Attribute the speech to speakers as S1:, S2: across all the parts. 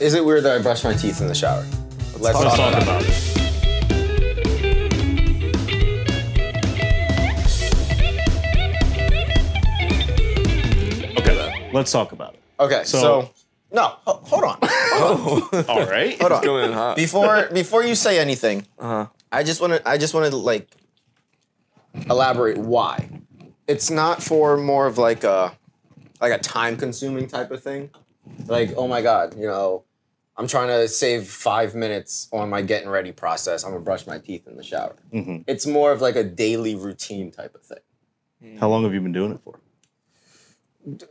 S1: Is it weird that I brush my teeth in the shower? Let's,
S2: Let's talk about it. Okay, let's talk about it.
S1: Okay, so,
S2: So-
S1: no, ho- hold on.
S2: All right.
S1: Hold on.
S3: Going in hot. Uh-huh.
S1: Before before you say anything, I just want to I just want to like elaborate why. It's not for more of like a like a time consuming type of thing. Like, oh my god, you know, I'm trying to save 5 minutes on my getting ready process. I'm going to brush my teeth in the shower.
S2: Mhm.
S1: It's more of like a daily routine type of thing.
S2: How long have you been doing it for?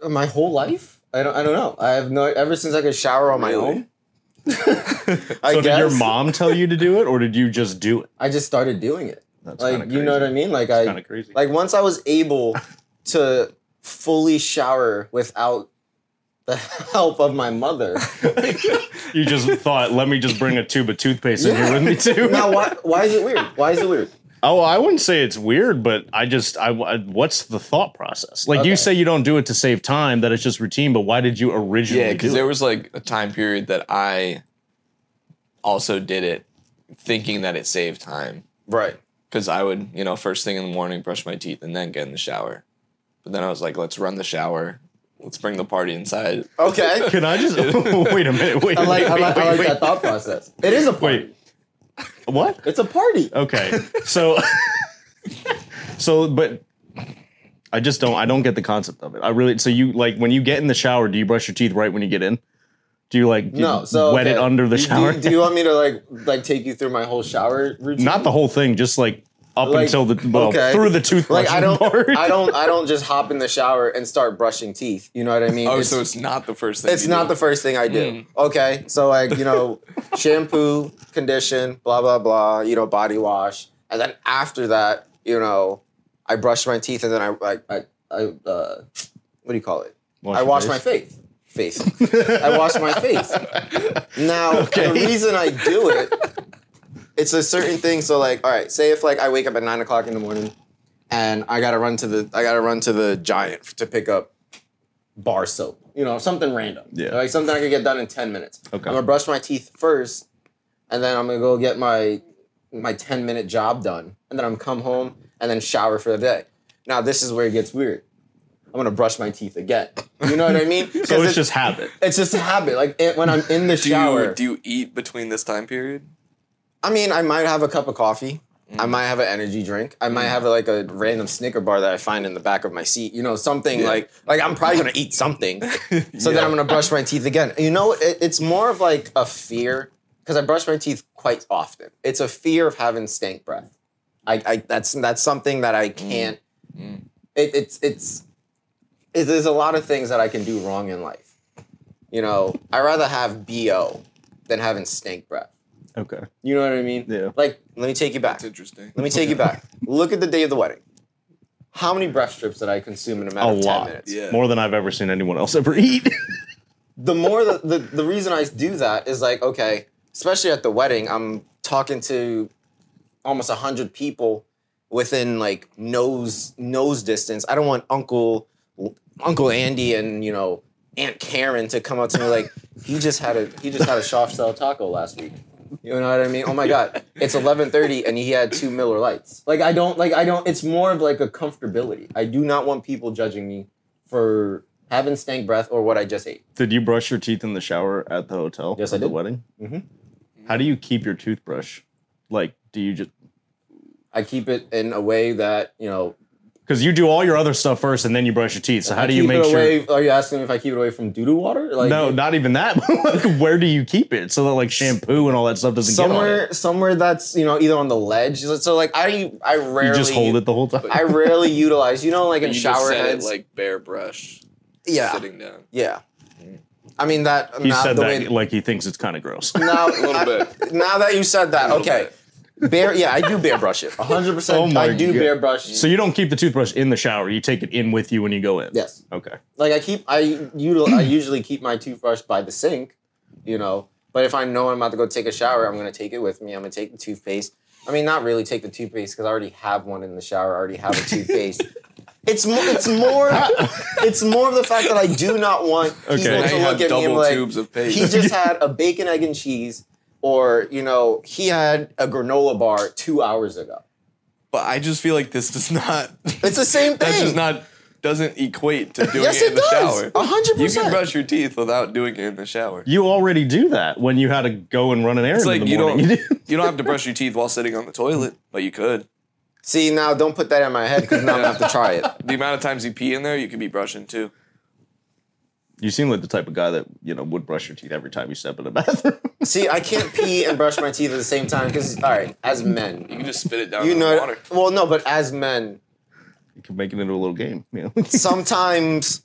S1: my whole life. I don't. I don't know. I have no. Ever since I could shower on my
S3: Really?
S1: own, I
S2: so
S1: guess
S2: did your mom tell you to do it, or did you just do it?
S1: I just started doing it.
S2: That's
S1: like
S2: kinda
S1: you know what
S2: crazy.
S1: I mean. Like
S2: It's
S1: I
S2: kind of crazy.
S1: like once I was able to fully shower without the help of my mother.
S2: you just thought, let me just bring a tube of toothpaste in here
S1: Yeah.
S2: with me too.
S1: now why? Why is it weird? Why is it weird?
S2: Oh, I wouldn't say it's weird, but I just, I, I- what's the thought process? Like
S1: Okay.
S2: you say you don't do it to save time, that it's just routine, but why did you originally
S3: Yeah, because
S2: do it?
S3: there was like a time period that I also did it thinking that it saved time.
S1: Right.
S3: Because I would, you know, first thing in the morning, brush my teeth and then get in the shower. But then I was like, let's run the shower. Let's bring the party inside.
S1: Okay.
S2: Can I just, wait a minute, wait a
S1: I like. I
S2: minute.
S1: like,
S2: wait,
S1: I like
S2: wait,
S1: that thought process. It is a party.
S2: wait. What?
S1: It's a party.
S2: Okay. So So but I just don't I don't get the concept of it. I really so you like when you get in the shower, do you brush your teeth right when you get in? Do you like do you
S1: No. So
S2: wet it
S1: okay.
S2: under the
S1: Do- do-
S2: shower?
S1: Do, you want me to like like take you through my whole shower routine?
S2: Not the whole thing, just like up
S1: Like,
S2: until the well
S1: okay.
S2: through the toothbrush.
S1: Like I don't,
S2: part.
S1: I don't, I don't just hop in the shower and start brushing teeth. You know what I mean?
S3: Oh,
S1: it's,
S3: so it's not the first thing.
S1: it's
S3: you Hmm.
S1: not
S3: do.
S1: the first thing I do. Okay, so like you know, shampoo, condition, blah blah blah. You know, body wash, and then after that, you know, I brush my teeth, and then I, I, I, I uh, what do you call it? I
S2: your
S1: wash
S2: face.
S1: my face. Face. I wash my face. Now, the reason I do it, it's a certain thing. So, like, all right, say if like I wake up at nine o'clock in the morning, and I gotta run to the I gotta run to the Giant to pick up bar soap, you know, something random,
S2: Yeah.
S1: like something I could get done in ten minutes.
S2: Okay.
S1: I'm gonna brush my teeth first, and then I'm gonna go get my my ten minute job done, and then I'm come home and then shower for the day. Now, this is where it gets weird. I'm gonna brush my teeth again. You know what I mean?
S2: So
S1: 'Cause
S2: it's
S1: it-
S2: just habit.
S1: it's just a habit. Like it, when I'm in the
S3: Do
S1: shower,
S3: you, do you eat between this time period?
S1: I mean, I might have a cup of coffee. I might have an energy drink. I might have like a random Snicker bar that I find in the back of my seat. You know, something like like I'm probably gonna eat something. So then I'm gonna brush my teeth again. You know, it, it's more of like a fear because I brush my teeth quite often. It's a fear of having stank breath. I, I that's that's something that I can't. It, it's it's it, there's a lot of things that I can do wrong in life. You know, I rather have bo than having stank breath.
S2: Okay.
S1: You know what I mean?
S2: Yeah.
S1: Like, let me take you back.
S3: That's interesting.
S1: Let me take you back. Look at the day of the wedding. How many breath strips did I consume in a matter
S2: A
S1: of ten
S2: lot.
S1: minutes?
S3: Yeah.
S2: More than I've ever seen anyone else ever eat.
S1: The more the, the the reason I do that is like, okay, especially at the wedding, I'm talking to almost hundred people within like nose nose distance. I don't want Uncle Uncle Andy and you know Aunt Karen to come up to me like he just had a he just had a soft cell taco last week. You know what I mean? Oh my god, it's eleven thirty and he had two Miller Lights. Like I don't like I don't. It's more of like a comfortability. I do not want people judging me for having stank breath or what I just ate.
S2: did you brush your teeth in the shower at the hotel
S1: Yes,
S2: for
S1: I
S2: the
S1: did.
S2: wedding?
S1: Mhm.
S2: How do you keep your toothbrush? Like, do you just
S1: I keep it in a way that you know.
S2: Because you do all your other stuff first and then you brush your teeth. So how
S1: I
S2: do you
S1: keep
S2: make
S1: it
S2: sure?
S1: away, Are you asking me if I keep it away from doo doo water? Like
S2: no, not even that. like, where do you keep it so that like shampoo and all that stuff doesn't get on
S1: somewhere
S2: it?
S1: somewhere that's you know either on the ledge. So, so, like I I rarely
S2: You just hold it the whole time.
S1: I rarely utilize, you know, like in
S3: you
S1: shower
S3: just said
S1: heads,
S3: it like bare brush,
S1: yeah,
S3: sitting down.
S1: yeah. I mean that.
S2: he
S1: now,
S2: said
S1: the
S2: that
S1: way,
S2: like he thinks it's kind of gross.
S1: now,
S3: A little bit.
S1: now that you said that,
S3: A little
S1: okay, bear, yeah, I do bear brush it, hundred
S2: Oh
S1: percent.
S2: my
S1: I do
S2: God.
S1: bear brush.
S2: so you don't keep the toothbrush in the shower. You take it in with you when you go in.
S1: yes,
S2: Okay.
S1: like I keep, I util, I usually keep my toothbrush by the sink, you know. But if I know I'm about to go take a shower, I'm gonna take it with me. I'm gonna take the toothpaste. I mean, not really take the toothpaste because I already have one in the shower. I already have a toothpaste. It's more, it's more, it's more of the fact that I do not want people
S2: Okay.
S1: to
S2: Now
S3: you have
S1: look at me
S3: double
S1: and like,
S3: tubes of paste.
S1: he just had a bacon, egg, and cheese, or you know, he had a granola bar two hours ago.
S3: But I just feel like this does not.
S1: It's the same
S3: That
S1: thing.
S3: does not doesn't equate to doing
S1: yes,
S3: it in
S1: it
S3: the
S1: does.
S3: shower.
S1: A hundred
S3: You can
S1: percent.
S3: brush your teeth without doing it in the shower.
S2: You already do that when you had to go and run an errand
S3: It's like
S2: in the
S3: you don't
S2: morning.
S3: you don't have to brush your teeth while sitting on the toilet, but you could.
S1: See now, don't put that in my head because now I'm gonna have to try it.
S3: The amount of times you pee in there, you could be brushing too.
S2: you seem like the type of guy that you know would brush your teeth every time you step in the bathroom.
S1: See, I can't pee and brush my teeth at the same time because all right, as
S3: You
S1: men,
S3: can just spit it down
S1: you
S3: in
S1: know,
S3: the water.
S1: well, no, but as men,
S2: you can make it into a little game. You know?
S1: sometimes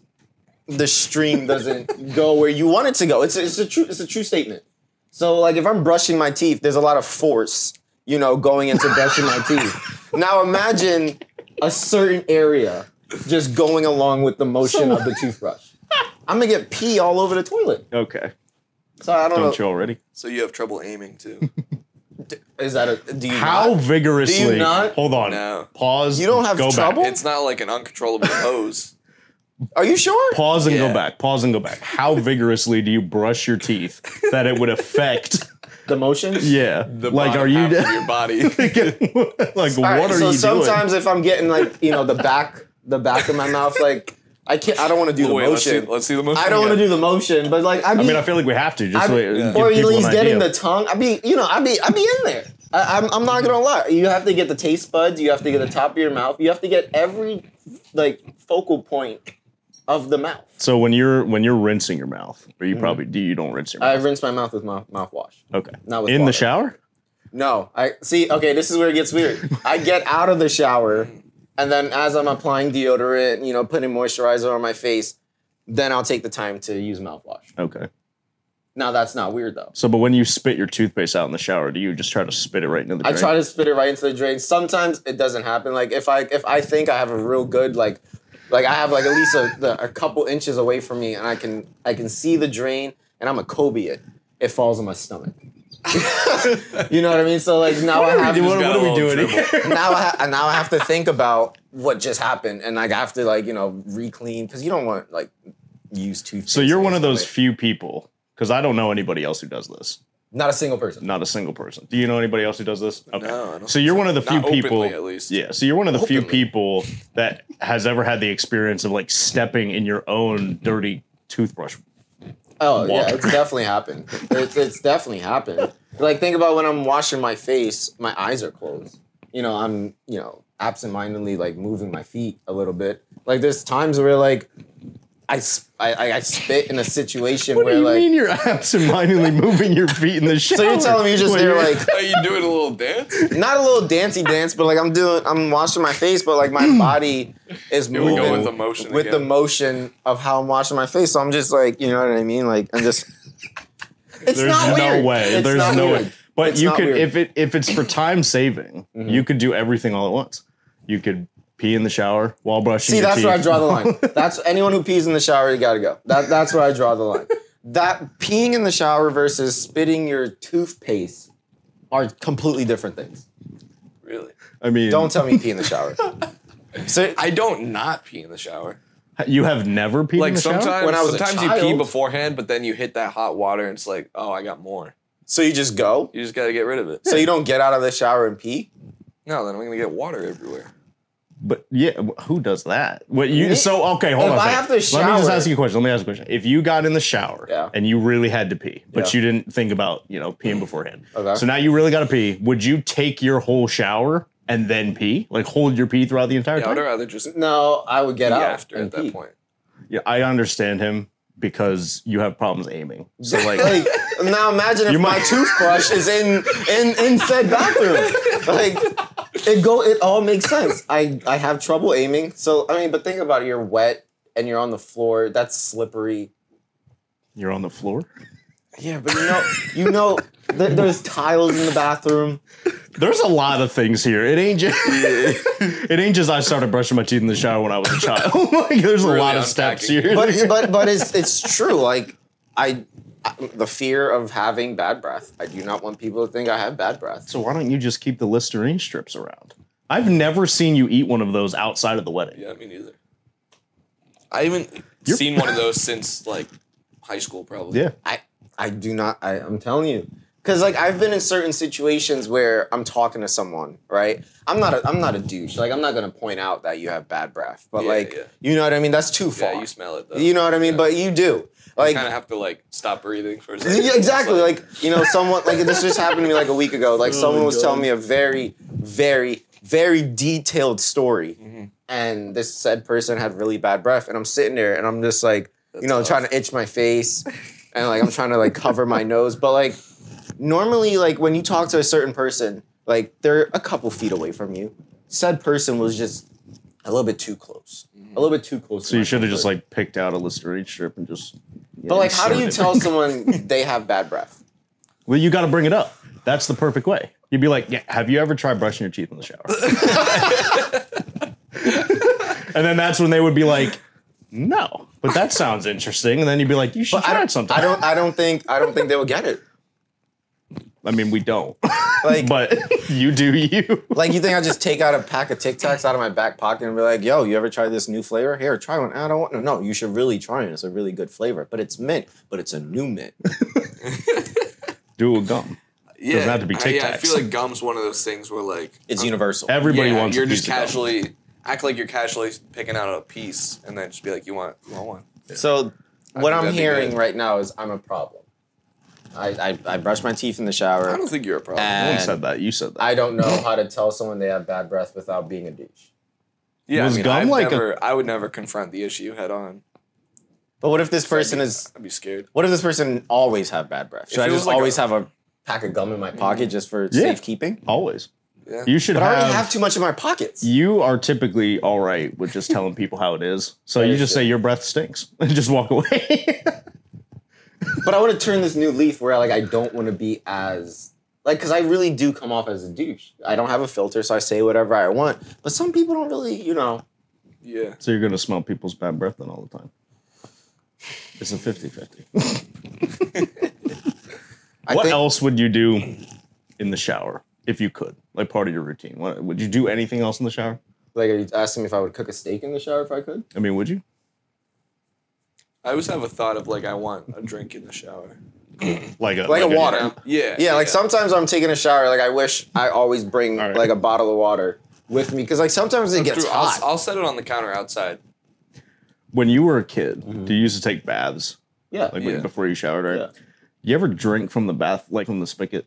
S1: the stream doesn't go where you want it to go. It's a, it's a true it's a true statement. So like if I'm brushing my teeth, there's a lot of force, you know, going into brushing my teeth. Now imagine a certain area just going along with the motion of the toothbrush. I'm gonna get pee all over the toilet.
S2: okay,
S1: So I don't,
S2: don't you
S1: know.
S2: already?
S3: So you have trouble aiming too.
S1: Is that a do you
S2: How
S1: not?
S2: vigorously?
S1: Do you not?
S2: Hold on.
S3: No.
S2: Pause.
S1: You don't have
S2: go
S1: trouble?
S2: Back.
S3: it's not like an uncontrollable hose.
S1: Are you sure?
S2: Pause and go
S3: Yeah.
S2: back. Pause and go back. How vigorously do you brush your teeth that it would affect?
S1: The motion?
S2: Yeah.
S3: The
S2: like,
S3: bottom
S2: are you?
S3: half of your body?
S2: like,
S1: All right,
S2: what
S1: so
S2: are you doing?
S1: sometimes if I'm getting like, you know, the back the back of my mouth, like I can't I don't wanna do the
S3: Wait, let's see,
S1: motion.
S3: let's see the motion.
S1: I don't want to do the motion, but like I'd be,
S2: I mean, I feel like we have to just
S1: I'd-
S2: so it- give
S1: or at
S2: people
S1: least
S2: an
S1: getting
S2: idea.
S1: the tongue. I'd be, you know, I'd be, I'd be in there. I, I'm, I'm not gonna lie. You have to get the taste buds. You have to get the top of your mouth. You have to get every like focal point of the mouth.
S2: So when you're when you're rinsing your mouth, or you probably do, you don't rinse your
S1: Mm-hmm. I
S2: mouth.
S1: rinse my mouth with my mouthwash.
S2: okay.
S1: not with
S2: in
S1: water.
S2: the shower.
S1: No, I see. Okay, this is where it gets weird. I get out of the shower, and then as I'm applying deodorant, you know, putting moisturizer on my face, then I'll take the time to use mouthwash.
S2: Okay.
S1: Now that's not weird though.
S2: So, but when you spit your toothpaste out in the shower, do you just try to spit it right into the?
S1: I
S2: drain?
S1: try to spit it right into the drain. Sometimes it doesn't happen. Like if I if I think I have a real good like like I have like at least a, the, a couple inches away from me and I can I can see the drain and I'm a Kobe it. It falls on my stomach. you know what I mean? So like now I have
S2: What, what
S3: got a
S2: are we
S3: little
S2: doing?
S3: dribble.
S2: Here?
S1: now I ha- now I have to think about what just happened and like I have to like you know re-clean because you don't want like use toothpaste.
S2: So you're one of
S1: on your
S2: those
S1: stomach.
S2: few people, because I don't know anybody else who does this.
S1: not a single person.
S2: Not a single person. Do you know anybody else who does this? Okay.
S3: No, I don't
S2: so you're one of the few
S3: Not openly,
S2: people,
S3: at least.
S2: Yeah. So you're one of the few
S1: Openly.
S2: people that has ever had the experience of like stepping in your own dirty toothbrush.
S1: Oh yeah,
S2: Water.
S1: it's definitely happened. It's, it's definitely happened. Like think about when I'm washing my face, my eyes are closed. You know, I'm you know absentmindedly like moving my feet a little bit. Like there's times where like I s- I, I- I spit in a situation
S2: What
S1: where
S2: do you
S1: like
S2: mean you're absentmindedly moving your feet in the shower?
S1: so you're telling me you're just
S2: When
S1: there
S2: you're-
S1: like
S3: Are you doing a little dance?
S1: not a little dancey dance, but like I'm doing, I'm washing my face, but like my body is
S3: we
S1: moving
S3: go with the motion
S1: with the
S3: again.
S1: motion of how I'm washing my face. So I'm just like, you know what I mean? Like I'm just. It's
S2: There's
S1: not
S2: no
S1: weird.
S2: way.
S1: It's
S2: There's
S1: not
S2: no
S1: weird.
S2: way. But
S1: It's
S2: you
S1: not
S2: could,
S1: weird. Mm-hmm.
S2: if it if it's for time saving, you could do everything all at once. You could pee in the shower while brushing.
S1: See,
S2: your
S1: that's
S2: teeth.
S1: where I draw the line. That's anyone who pees in the shower, you gotta go. That that's where I draw the line. That peeing in the shower versus spitting your toothpaste are completely different things.
S3: Really?
S2: I mean,
S1: Don't tell me you pee in the shower. So
S3: I don't not pee in the shower.
S2: you have never peed in
S3: Like
S2: the shower?
S3: sometimes,
S1: When I was a
S3: sometimes you pee
S1: child.
S3: beforehand, but then you hit that hot water and it's like, oh, I got more.
S1: so you just go.
S3: You just gotta get rid of it.
S1: So you don't get out of the shower and pee.
S3: no, then I'm gonna get water everywhere.
S2: But yeah, wh- who does that? What you?
S1: Me?
S2: So okay, hold
S1: If
S2: on. a
S1: I
S2: second.
S1: have to
S2: Let me just
S1: shower-
S2: ask you a question. Let me ask you a question. If you got in the shower
S1: Yeah.
S2: and you really had to pee, but
S1: Yeah.
S2: you didn't think about you know peeing beforehand,
S1: Okay.
S2: so now you really got to pee. Would you take your whole shower and then pee? Like hold your pee throughout the entire
S3: Yeah,
S2: time?
S3: I'd rather just pee
S1: No, I would get out
S3: after
S1: and
S3: at that
S1: pee.
S3: point.
S2: Yeah, I understand him because you have problems aiming. So like,
S1: Like now, imagine if
S2: You
S1: my
S2: might-
S1: toothbrush is in in in said bathroom. Like it go, it all makes sense. I I have trouble aiming. So I mean, but think about it. You're wet and you're on the floor. That's slippery.
S2: you're on the floor.
S1: Yeah, but you know, you know, th- there's tiles in the bathroom.
S2: There's a lot of things here. It ain't just it ain't just I started brushing my teeth in the shower when I was a child. like there's a
S3: Really
S2: lot of steps
S3: unpacking.
S2: here.
S1: But but but it's it's true. Like I, I, the fear of having bad breath. I do not want people to think I have bad breath.
S2: so why don't you just keep the Listerine strips around? I've never seen you eat one of those outside of the wedding.
S3: Yeah, me neither. I haven't
S2: You're-
S3: seen one of those since like high school, probably.
S2: Yeah.
S1: I I do not. I, I'm telling you, because like I've been in certain situations where I'm talking to someone, right? I'm not. A, I'm not a douche. Like I'm not gonna point out that you have bad breath, but
S3: Yeah,
S1: like
S3: yeah.
S1: you know what I mean. That's too far.
S3: Yeah, you
S1: you,
S3: smell it though.
S1: know what I mean. But you do.
S3: you
S1: Like
S3: kind of have to like stop breathing for a second.
S1: yeah,
S3: It's
S1: exactly. Like you know, someone like this just happened to me like a week ago. Like
S2: Oh
S1: someone
S2: my
S1: was
S2: God.
S1: telling me a very, very, very detailed story, and this said person had really bad breath, and I'm sitting there and I'm just like, you
S3: That's
S1: know,
S3: tough.
S1: trying to itch my face, and like I'm trying to like cover my nose, but like normally like when you talk to a certain person, like they're a couple feet away from you. Said person was just a little bit too close, a little bit too close.
S2: So you should have just like picked out a Listerine strip and just.
S1: But like, how do you
S2: inserted
S1: tell
S2: it.
S1: someone they have bad breath?
S2: Well, you got to bring it up. That's the perfect way. You'd be like, "Yeah, have you ever tried brushing your teeth in the shower?" and then that's when they would be like, "No, but that sounds interesting." And then you'd be like, "You should
S1: I
S2: try it
S1: don't.
S2: sometime."
S1: I don't. I don't think. I don't think they will get it.
S2: I mean, we don't,
S1: Like,
S2: but you do you.
S1: like you think I just take out a pack of Tic Tacs out of my back pocket and be like, "Yo, you ever tried this new flavor? Here, try one." I don't want. No, no, you should really try it. It's a really good flavor, but it's mint. But it's a new mint.
S2: Do it with gum.
S3: yeah.
S2: doesn't have to be
S3: I- Yeah, I
S2: Tic Tacs.
S3: feel like gum's one of those things where like uh,
S1: It's universal.
S2: Everybody
S3: yeah,
S2: wants.
S3: you're
S2: a
S3: just
S2: piece of gum.
S3: casually act like you're casually picking out a piece and then just be like, you want, you want one.
S1: So what
S3: I think
S1: I'm
S3: that'd be
S1: hearing
S3: good.
S1: right now is I'm a problem. I I, I brush my teeth in the
S3: I
S1: shower.
S3: don't think you're a problem.
S2: No one
S1: and
S2: said that. You said that.
S1: I don't know how to tell someone they have bad breath without being a douche.
S3: yeah,
S2: was
S3: I mean,
S2: gum
S3: I've
S2: like a-
S3: never, I would never confront the issue head on.
S1: But what if this person
S3: I'd be-
S1: is
S3: I'd be scared.
S1: What if this person always have bad breath? Should
S3: If
S1: I
S3: it was
S1: just
S3: like
S1: always
S3: a-
S1: have a Mm-hmm. pack of gum in my pocket just for
S2: Yeah.
S1: safekeeping?
S2: Always.
S3: Yeah.
S2: You should
S1: But I
S2: have,
S1: already have too much in my pockets.
S2: You are typically all right with just telling people how it is. So
S1: That
S2: you
S1: is
S2: just
S1: true.
S2: say your breath stinks and just walk away.
S1: But I want to turn this new leaf where like I don't want to be as like because I really do come off as a douche. I don't have a filter, so I say whatever I want. But some people don't really, you know.
S3: yeah.
S2: So you're going to smell people's bad breath then all the time. It's a 50 50.
S1: I
S2: What
S1: think
S2: else would you do in the shower if you could? Like part of your routine? What, would you do anything else in the shower?
S1: like are you asking me if I would cook a steak in the shower if I could?
S2: I mean, would you?
S3: I always have a thought of like, I want a drink in the shower.
S2: Like a,
S1: Like a water.
S3: Yeah.
S1: Yeah, like sometimes I'm taking a shower. Like I wish I always bring
S2: All right.
S1: like a bottle of water with me because like sometimes it gets
S3: Drew, I'll,
S1: hot.
S3: I'll set it on the counter outside.
S2: When you were a kid, do you used to take baths?
S1: yeah,
S2: Like
S1: like,
S2: when-
S3: Yeah.
S2: before you showered, right?
S1: Yeah.
S2: You ever drink from the bath, like from the spigot?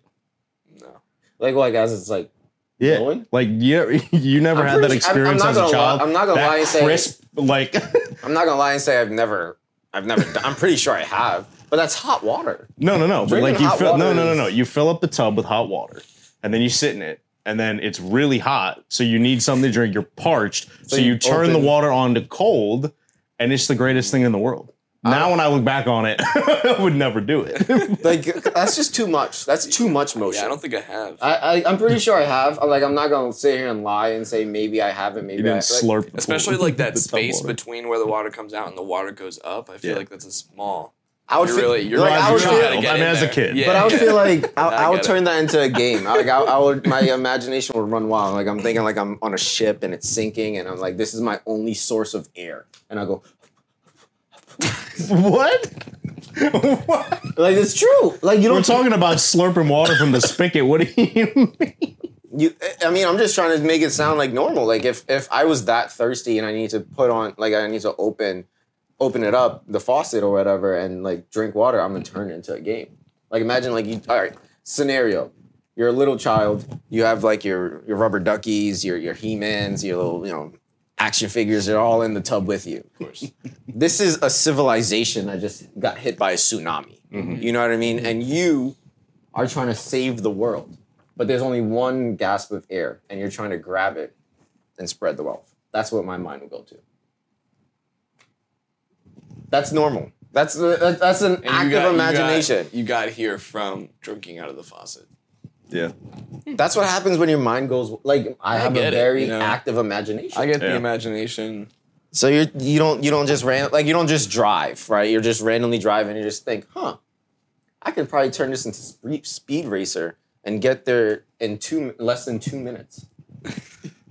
S3: No.
S1: like as it's like
S2: Yeah,
S1: Really?
S2: like you, you never
S1: I'm
S2: had that
S1: pretty sure- I'm- I'm
S2: experience
S1: not
S2: as a
S1: gonna lie-
S2: child.
S1: I'm not gonna
S2: that
S1: lie and say-
S2: crisp, like
S1: I'm not gonna lie and say I've never, I've never. done, I'm pretty sure I have, but that's hot water.
S2: no, no, no, but
S1: Drinking
S2: like you
S1: hot
S2: fill, no,
S1: water
S2: no, no,
S1: is-
S2: no. You fill up the tub with hot water, and then you sit in it, and then it's really hot, so you need something to drink. You're parched, so, you,
S1: you
S2: turn the
S1: open-
S2: water on to cold, and it's the greatest thing in the world. Now, when I look back on it, I would never do it.
S1: Like that's just too much. That's too much motion.
S3: Yeah, I don't think I have.
S1: Oh, I, I, I'm pretty sure I have. I'm like, I'm not gonna sit here and lie and say maybe I haven't. Maybe
S2: you didn't
S1: I, like,
S2: slurp, the pool-
S3: Especially like that
S2: the tub
S3: space
S2: water.
S3: between where the water comes out and the water goes up. I feel
S2: Yeah.
S3: like that's a small.
S1: I would
S3: You're
S1: feel-
S3: really, you're
S1: like,
S3: right,
S1: I
S3: you
S1: would
S3: know how to
S1: feel-
S3: get
S2: I mean,
S3: in
S2: as a
S3: there.
S2: kid.
S3: Yeah,
S1: But I would
S3: yeah.
S1: feel like I,
S3: I
S1: I would
S3: get it.
S1: turn that into a game. I- Like I, I would, my imagination would run wild. Like I'm thinking, like I'm on a ship and it's sinking, and I'm like, this is my only source of air. And I go,
S2: what? what?
S1: like it's true. Like you
S2: We're
S1: don't talk.
S2: talking about slurping water from the spigot. What do you mean?
S1: You, I mean, I'm just trying to make it sound like normal. Like if if I was that thirsty and I need to put on, like I need to open, open it up the faucet or whatever, and like drink water, I'm gonna turn it into a game. Like imagine like you, all right, scenario. You're a little child. You have like your your rubber duckies, your your He Mans, your little you know action figures. They're all in the tub with you.
S3: Of course.
S1: This is a civilization that just got hit by a tsunami.
S3: Mm-hmm.
S1: You know what I mean? And you are trying to save the world, but there's only one gasp of air, and you're trying to grab it and spread the wealth. That's what my mind would go to. That's normal. That's uh, that, that's an
S3: And
S1: act
S3: you got-
S1: of
S3: you got-
S1: imagination.
S3: You got, here from drinking out of the faucet.
S2: Yeah.
S1: that's what happens when your mind goes. Like I have
S3: get
S1: a
S3: it,
S1: very
S3: you know.
S1: active imagination.
S3: I get
S2: Yeah.
S3: the imagination.
S1: so you you don't you don't just ran like you don't just drive right. You're just randomly driving. You just think, huh? I could probably turn this into sp- speed racer and get there in two less than two minutes.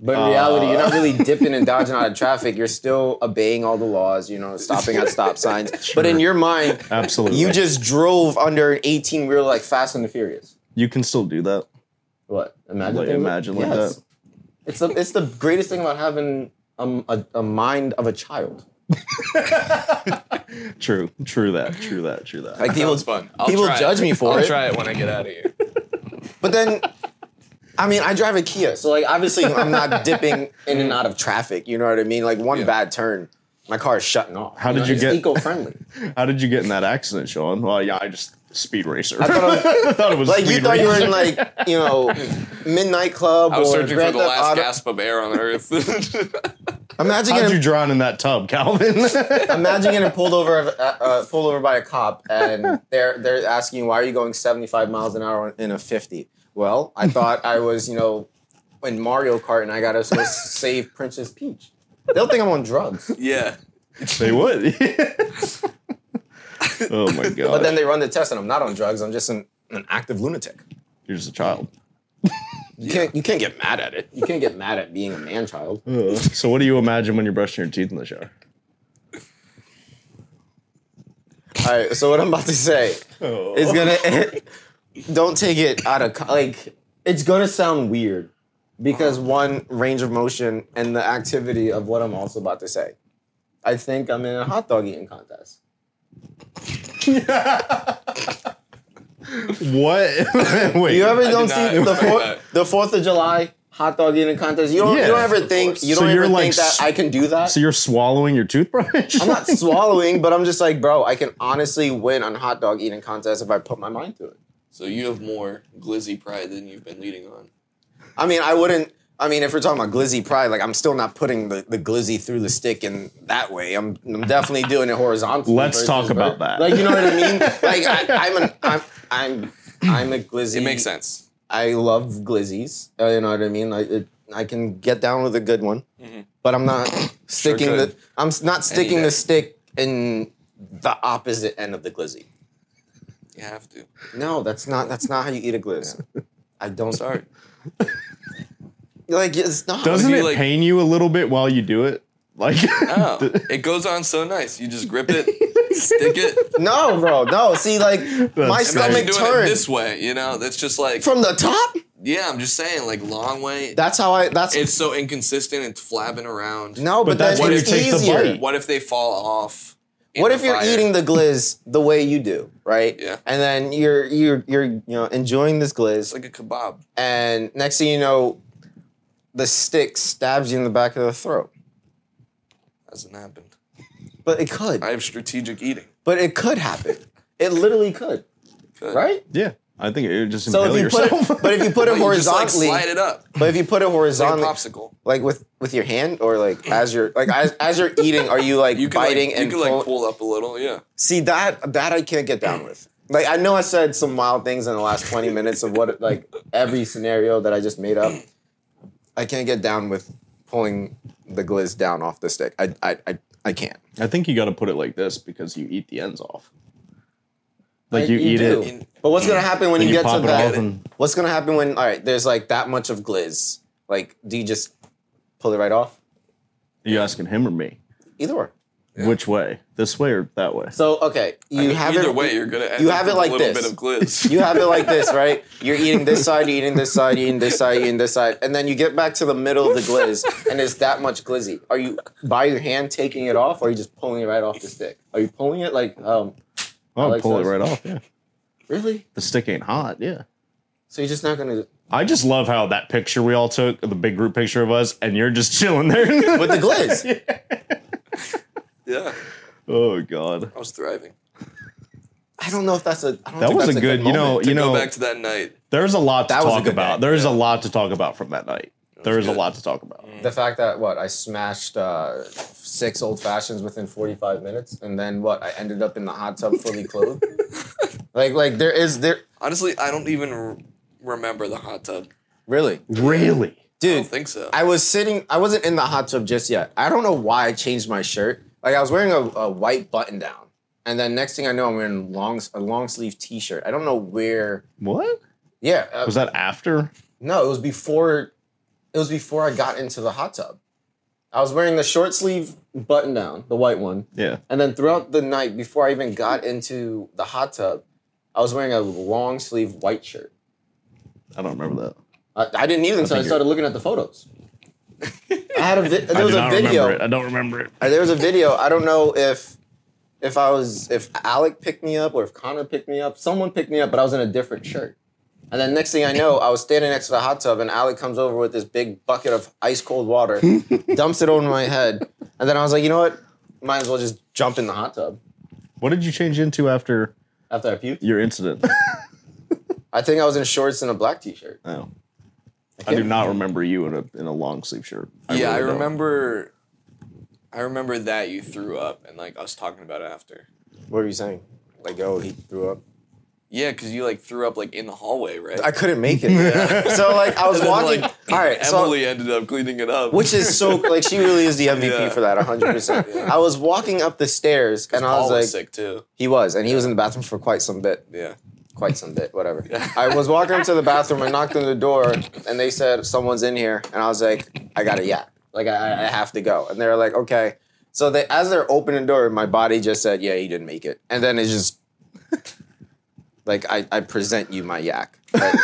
S1: But in reality, you're not really dipping and dodging out of traffic. You're still obeying all the laws, you know, stopping at stop signs. But in your mind,
S2: Absolutely.
S1: you just drove under an 18 wheeler like Fast and the Furious.
S2: you can still do that.
S1: What? Imagine
S2: Like,
S1: things
S2: imagine like
S1: Yes.
S2: that.
S1: It's the it's the greatest thing about having um, a, a mind of a child.
S2: True. True that. True that. True that.
S1: Like people,
S3: Sounds fun. I'll
S1: people
S3: try it.
S1: judge me for
S3: I'll
S1: it.
S3: try it when I get out of here.
S1: But then, I mean, I drive a Kia, so like obviously I'm not dipping in and out of traffic. You know what I mean? Like one bad turn, my car is shutting off.
S2: How did
S1: know,
S2: you
S1: it's
S2: get-
S1: eco friendly?
S2: How did you get in that accident, Sean? Well, yeah, I just speed racer. I
S1: thought I
S2: thought it was
S1: Like you
S2: speed
S1: thought you were
S2: racer.
S1: in like you know midnight club
S3: I was
S1: or
S3: searching for
S1: Grand
S3: the
S1: Theft
S3: last
S1: Auto.
S3: gasp of air on earth.
S1: Imagine
S2: How'd
S1: getting
S2: you drown in that tub, Calvin?
S1: imagine getting pulled over uh, uh, pulled over by a cop and they're they're asking you why are you going 75 miles an hour in a 50 well i thought i was you know in mario kart and i gotta sort of save princess peach they'll think i'm on drugs
S3: yeah.
S2: they would. oh my god!
S1: but then they run the test and i'm not on drugs i'm just an, an active lunatic
S2: You're just a child.
S1: you can't you can't get mad at it you can't get mad at being a man child
S2: Ugh. So, what do you imagine when you're brushing your teeth in the shower?
S1: all right so what i'm about to say
S2: Oh.
S1: is gonna don't take it out of co- like it's gonna sound weird because
S2: Uh-huh.
S1: one range of motion and the activity of what I'm also about to say. I think I'm in a hot dog eating contest.
S2: what? Wait.
S1: You ever don't
S3: did
S1: see
S3: not
S1: the
S3: expect
S1: four,
S3: that.
S1: the Fourth of July hot dog eating contest? You don't you
S2: Yeah.
S1: don't ever
S3: Of
S1: think
S3: course.
S1: you
S2: So
S1: don't ever
S2: you're
S1: think
S2: like
S1: that
S2: s-
S1: I can do that.
S2: so you're swallowing your toothbrush?
S1: I'm not swallowing, but I'm just like, bro, I can honestly win on hot dog eating contest if I put my mind to it.
S3: So you have more glizzy pride than you've been leading on.
S1: I mean, I wouldn't. I mean, if we're talking about glizzy pride, like I'm still not putting the, the glizzy through the stick in that way. I'm, I'm definitely doing it horizontally.
S2: Let's
S1: versus
S2: talk
S1: vert-
S2: about that.
S1: Like you know what I mean? Like I, I'm an I'm I'm I'm a glizzy.
S3: It makes sense.
S1: I love glizzies. Uh, you know what I mean? I it, I can get down with a good one, but I'm not sticking the
S3: Mm-hmm. could.
S1: I'm s- not sticking
S3: day.
S1: the stick in the opposite end of the glizzy.
S3: You have to.
S1: No, that's not that's not how you eat a glizz. I don't
S3: Sorry.
S1: like it's not.
S2: Doesn't
S3: If you,
S2: it
S3: like-
S2: pain you a little bit while you do it? Like,
S3: Oh, it goes on so nice. You just grip it, stick it.
S1: No, bro, no. See, like my
S2: great.
S1: stomach
S3: Imagine doing it
S1: turned
S3: this way, you know? That's just like,
S1: from the top.
S3: yeah, I'm just saying, like, long way.
S1: That's how I. That's
S3: It's so inconsistent. It's flabbing around.
S1: no, but,
S2: But that's
S1: that's then
S2: when
S1: it's
S2: you take the
S1: easier.
S2: bite.
S3: What if they fall off? in
S1: What
S3: the
S1: if you're
S3: fire?
S1: eating the glizz the way you do, right?
S3: Yeah.
S1: And then you're you're you're you know enjoying this glizz,
S3: It's like a kebab.
S1: and next thing you know, the stick stabs you in the back of the throat.
S3: Hasn't happened.
S1: But it could.
S3: I have strategic eating.
S1: But it could happen. It literally could,
S3: Good.
S1: right?
S2: yeah, I think it would just
S1: So
S2: impale
S1: if you put
S2: yourself.
S1: it, but if you put it
S3: But you just, like,
S1: horizontally,
S3: slide it up.
S1: but if you put it
S3: Like a
S1: horizontally,
S3: popsicle.
S1: like with with your hand or like as you're like as, as you're eating are you like
S3: You can like,
S1: biting
S3: you
S1: and
S3: can, like
S1: pull-
S3: pull up a little, yeah.
S1: see that that i can't get down with like i know i said some wild things in the last 20 minutes of what like every scenario that i just made up i can't get down with pulling the glizz down off the stick i i i, I can't
S2: I think you got to put it like this because you eat the ends off. Like
S1: Like,
S2: you,
S1: you
S2: eat
S1: do.
S2: it,
S3: In-
S1: but what's gonna happen when
S2: then
S1: you,
S2: you,
S1: get to
S2: pop it
S1: that
S2: off, and
S1: what's gonna happen when all right there's like that much of glizz like do you just pull it right off
S2: you asking him or me?
S1: either or
S2: Which way? This way or that way?
S1: so okay you
S3: I mean,
S1: have
S3: either
S1: it
S3: way, you're gonna end
S1: you
S3: up
S1: have
S3: with
S1: it like
S3: a little
S1: this.
S3: bit of glizz.
S1: you have it like this, right? You're eating this side, you're eating this side, you're eating this side, you're eating this side, and then you get back to the middle of the glizz, and it's that much glizzy. Are you by your hand taking it off, or are you just pulling it right off the stick? Are you pulling it like um
S2: Oh,
S1: like
S2: pull
S1: those.
S2: it right off. Yeah,
S1: really?
S2: the stick ain't hot. Yeah.
S1: So you're just not gonna.
S2: I just love how that picture we all took, the big group picture of us, and you're just chilling there
S1: With the glizz.
S3: yeah,
S2: Oh God,
S3: I was thriving.
S1: I don't know if that's a. I don't
S2: that
S1: think
S2: was
S1: that's
S2: a good. You know,
S1: moment.
S2: you
S3: Go
S2: know,
S3: back to that night.
S2: there's a lot to
S1: That was a
S2: talk
S1: good
S2: about.
S1: day.
S2: There's a lot to talk about from that night. There is a
S3: good.
S2: lot to talk about.
S1: the fact that what I smashed uh, six old fashions within 45 minutes, and then what I ended up in the hot tub fully clothed. like like there is there
S3: Honestly, I don't even r remember the hot tub.
S1: really
S2: Really?
S3: I
S1: dude.
S3: don't think so.
S1: I was sitting. I wasn't in the hot tub just yet. I don't know why I changed my shirt. Like I was wearing a, a white button down, and then next thing I know, I'm wearing long a long sleeve T shirt. I don't know where.
S2: What
S1: Yeah, uh,
S2: was that after?
S1: no, it was before It was before I got into the hot tub. I was wearing the short sleeve button down, the white one.
S2: Yeah.
S1: And then throughout the night, before I even got into the hot tub, I was wearing a long sleeve white shirt.
S2: I don't remember that.
S1: I, I didn't even until I
S2: think
S1: started looking at the photos. I had a vi-
S2: I
S1: there was
S2: do
S1: a
S2: not
S1: video.
S2: remember it. I don't remember it.
S1: Uh, There was a video. I don't know if if I was if Alec picked me up or if Connor picked me up. Someone picked me up, but I was in a different shirt. And then next thing I know, I was standing next to the hot tub, and Alec comes over with this big bucket of ice cold water, dumps it over my head, and then I was like, you know what? Might as well just jump in the hot tub
S2: What did you change into after
S1: after I puked.
S2: your incident?
S1: I think I was in shorts and a black t-shirt.
S2: oh. I do not remember you in a in a long sleeve shirt.
S3: yeah,
S2: really
S3: I
S2: don't.
S3: remember. I remember that you threw up and like I was talking about it after.
S1: What are you saying? Like, oh, he threw up.
S3: Yeah, because you like threw up like in the hallway, right?
S1: I couldn't make it. So like, I was
S3: And then,
S1: walking.
S3: like,
S1: all right, so-
S3: Emily ended up cleaning it up,
S1: which is so like she really is the MVP
S3: Yeah.
S1: for that 100%. I was walking up the stairs and I
S3: Paul
S1: was
S3: was,
S1: like
S3: sick too.
S1: he was and he was in the bathroom for quite some bit,
S3: Yeah,
S1: quite some bit, whatever.
S3: Yeah.
S1: I was walking up to the bathroom, I knocked on the door and they said someone's in here and I was like I got to yeah. Like I, I have to go. And they're like okay. So they as they're opening the door, my body just said, "Yeah, he didn't make it." And then it's just like I, I present you my yak like,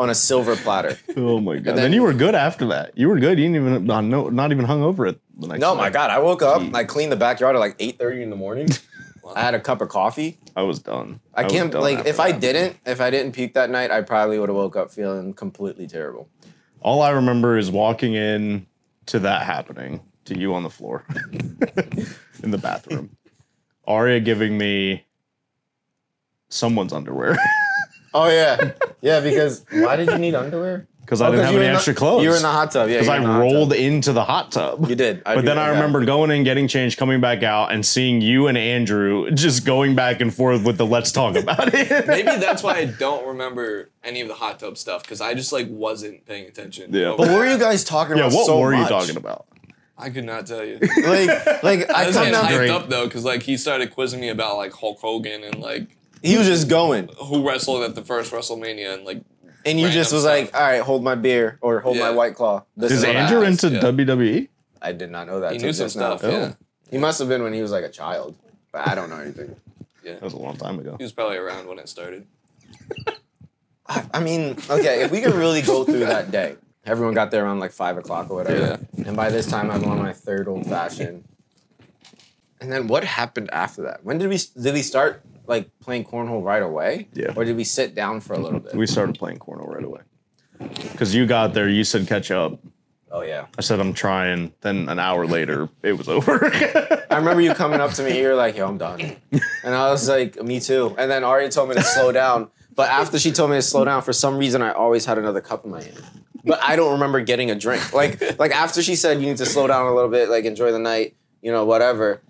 S1: on a silver platter.
S2: Oh my god!
S1: then-
S2: And then you were good after that. You were good. You didn't even not, no, not even hung over it the next.
S1: No,
S2: night.
S1: my God. I woke up
S2: Gee.
S1: and I cleaned the backyard at like 8.30 in the morning. I had a cup of coffee.
S2: I was done.
S1: I
S2: was
S1: can't,
S2: done
S1: like,
S2: after
S1: if I
S2: that.
S1: didn't, if I didn't puke that night, I probably would have woke up feeling completely terrible.
S2: All I remember is walking in to that happening to you on the floor in the bathroom. Aria giving me someone's underwear
S1: Oh, yeah. yeah, because why did you need underwear? Oh,
S2: because I didn't have any extra clothes.
S1: You were in the hot tub. Yeah,
S2: because
S1: you were
S2: I
S1: in the hot
S2: rolled
S1: tub.
S2: into the hot tub.
S1: You did.
S2: but
S1: do
S2: then I
S1: remember.
S2: remember going in, getting changed, coming back out, and seeing you and Andrew just going back and forth with the "Let's talk about it."
S3: maybe that's why I don't remember any of the hot tub stuff because I just like wasn't paying attention.
S2: Yeah.
S3: Over-
S1: But what were you guys talking
S2: yeah,
S1: about?
S2: what
S1: so
S2: were you
S1: much?
S2: talking about?
S3: I could not tell you.
S1: Like, like
S3: I
S1: I
S3: was
S1: come
S3: getting
S1: down,
S3: hyped
S2: Great.
S3: up though because like he started quizzing me about like Hulk Hogan and like
S1: he was just going,
S3: who wrestled at the first WrestleMania and like
S1: and you just
S3: Random
S1: was like,
S3: stuff.
S1: "All right, hold my beer or hold my
S3: Yeah.
S1: white claw." This
S2: Is
S1: is what
S2: Andrew
S1: I,
S3: asked,
S2: into E?
S3: yeah.
S2: WWE?
S1: I did not know that.
S3: he
S1: till
S3: knew some
S1: just now.
S3: stuff. Yeah,
S1: He must have been when he was like a child, but I don't know anything.
S3: yeah.
S2: That was a long time ago.
S3: He was probably around when it started.
S1: I, I mean, okay, if we could really go through that day, everyone got there around like five o'clock or whatever, and by this time I'm on my third old fashioned. And then what happened after that? When did we did we start like playing cornhole right away?
S2: Yeah.
S1: Or did we sit down for a little bit?
S2: We started playing cornhole right away. Because you got there, you said catch up.
S1: oh yeah.
S2: I said I'm trying. Then an hour later, it was over.
S1: I remember you coming up to me. You're like, "Yo, I'm done," and I was like, "Me too." And then Aria told me to slow down. But after she told me to slow down, for some reason, I always had another cup in my hand. But I don't remember getting a drink. Like, like after she said you need to slow down a little bit, like enjoy the night, you know, whatever.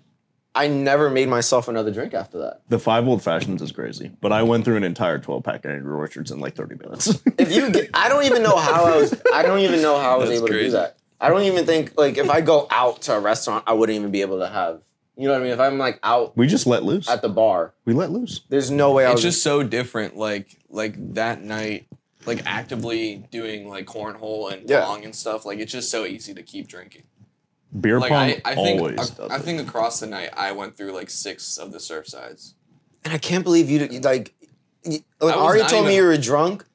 S1: I never made myself another drink after that.
S2: the five old fashions is crazy, but I went through an entire 12 pack of Andrew Richards in like 30 minutes.
S1: If you, get, I don't even know how I was. I don't even know how I was
S3: That's
S1: able to do
S3: crazy.
S1: that. I don't even think like if I go out to a restaurant, I wouldn't even be able to have. You know what I mean? If I'm like out
S2: we just let loose.
S1: at the bar,
S2: We let loose.
S1: there's no way I
S3: It's
S1: was.
S3: just so different. Like like that night, like actively doing like cornhole and
S1: Yeah.
S3: long and stuff. Like it's just so easy to keep drinking.
S2: Beer
S3: Like
S2: pong
S3: I, I think
S2: always.
S3: I-
S2: does
S3: I
S2: it.
S3: think across the night I went through like six of the surf sides.
S1: And I can't believe you you, like. you- When
S3: I was
S1: Ari
S3: not
S1: told me
S3: even- Oh.
S1: you were drunk,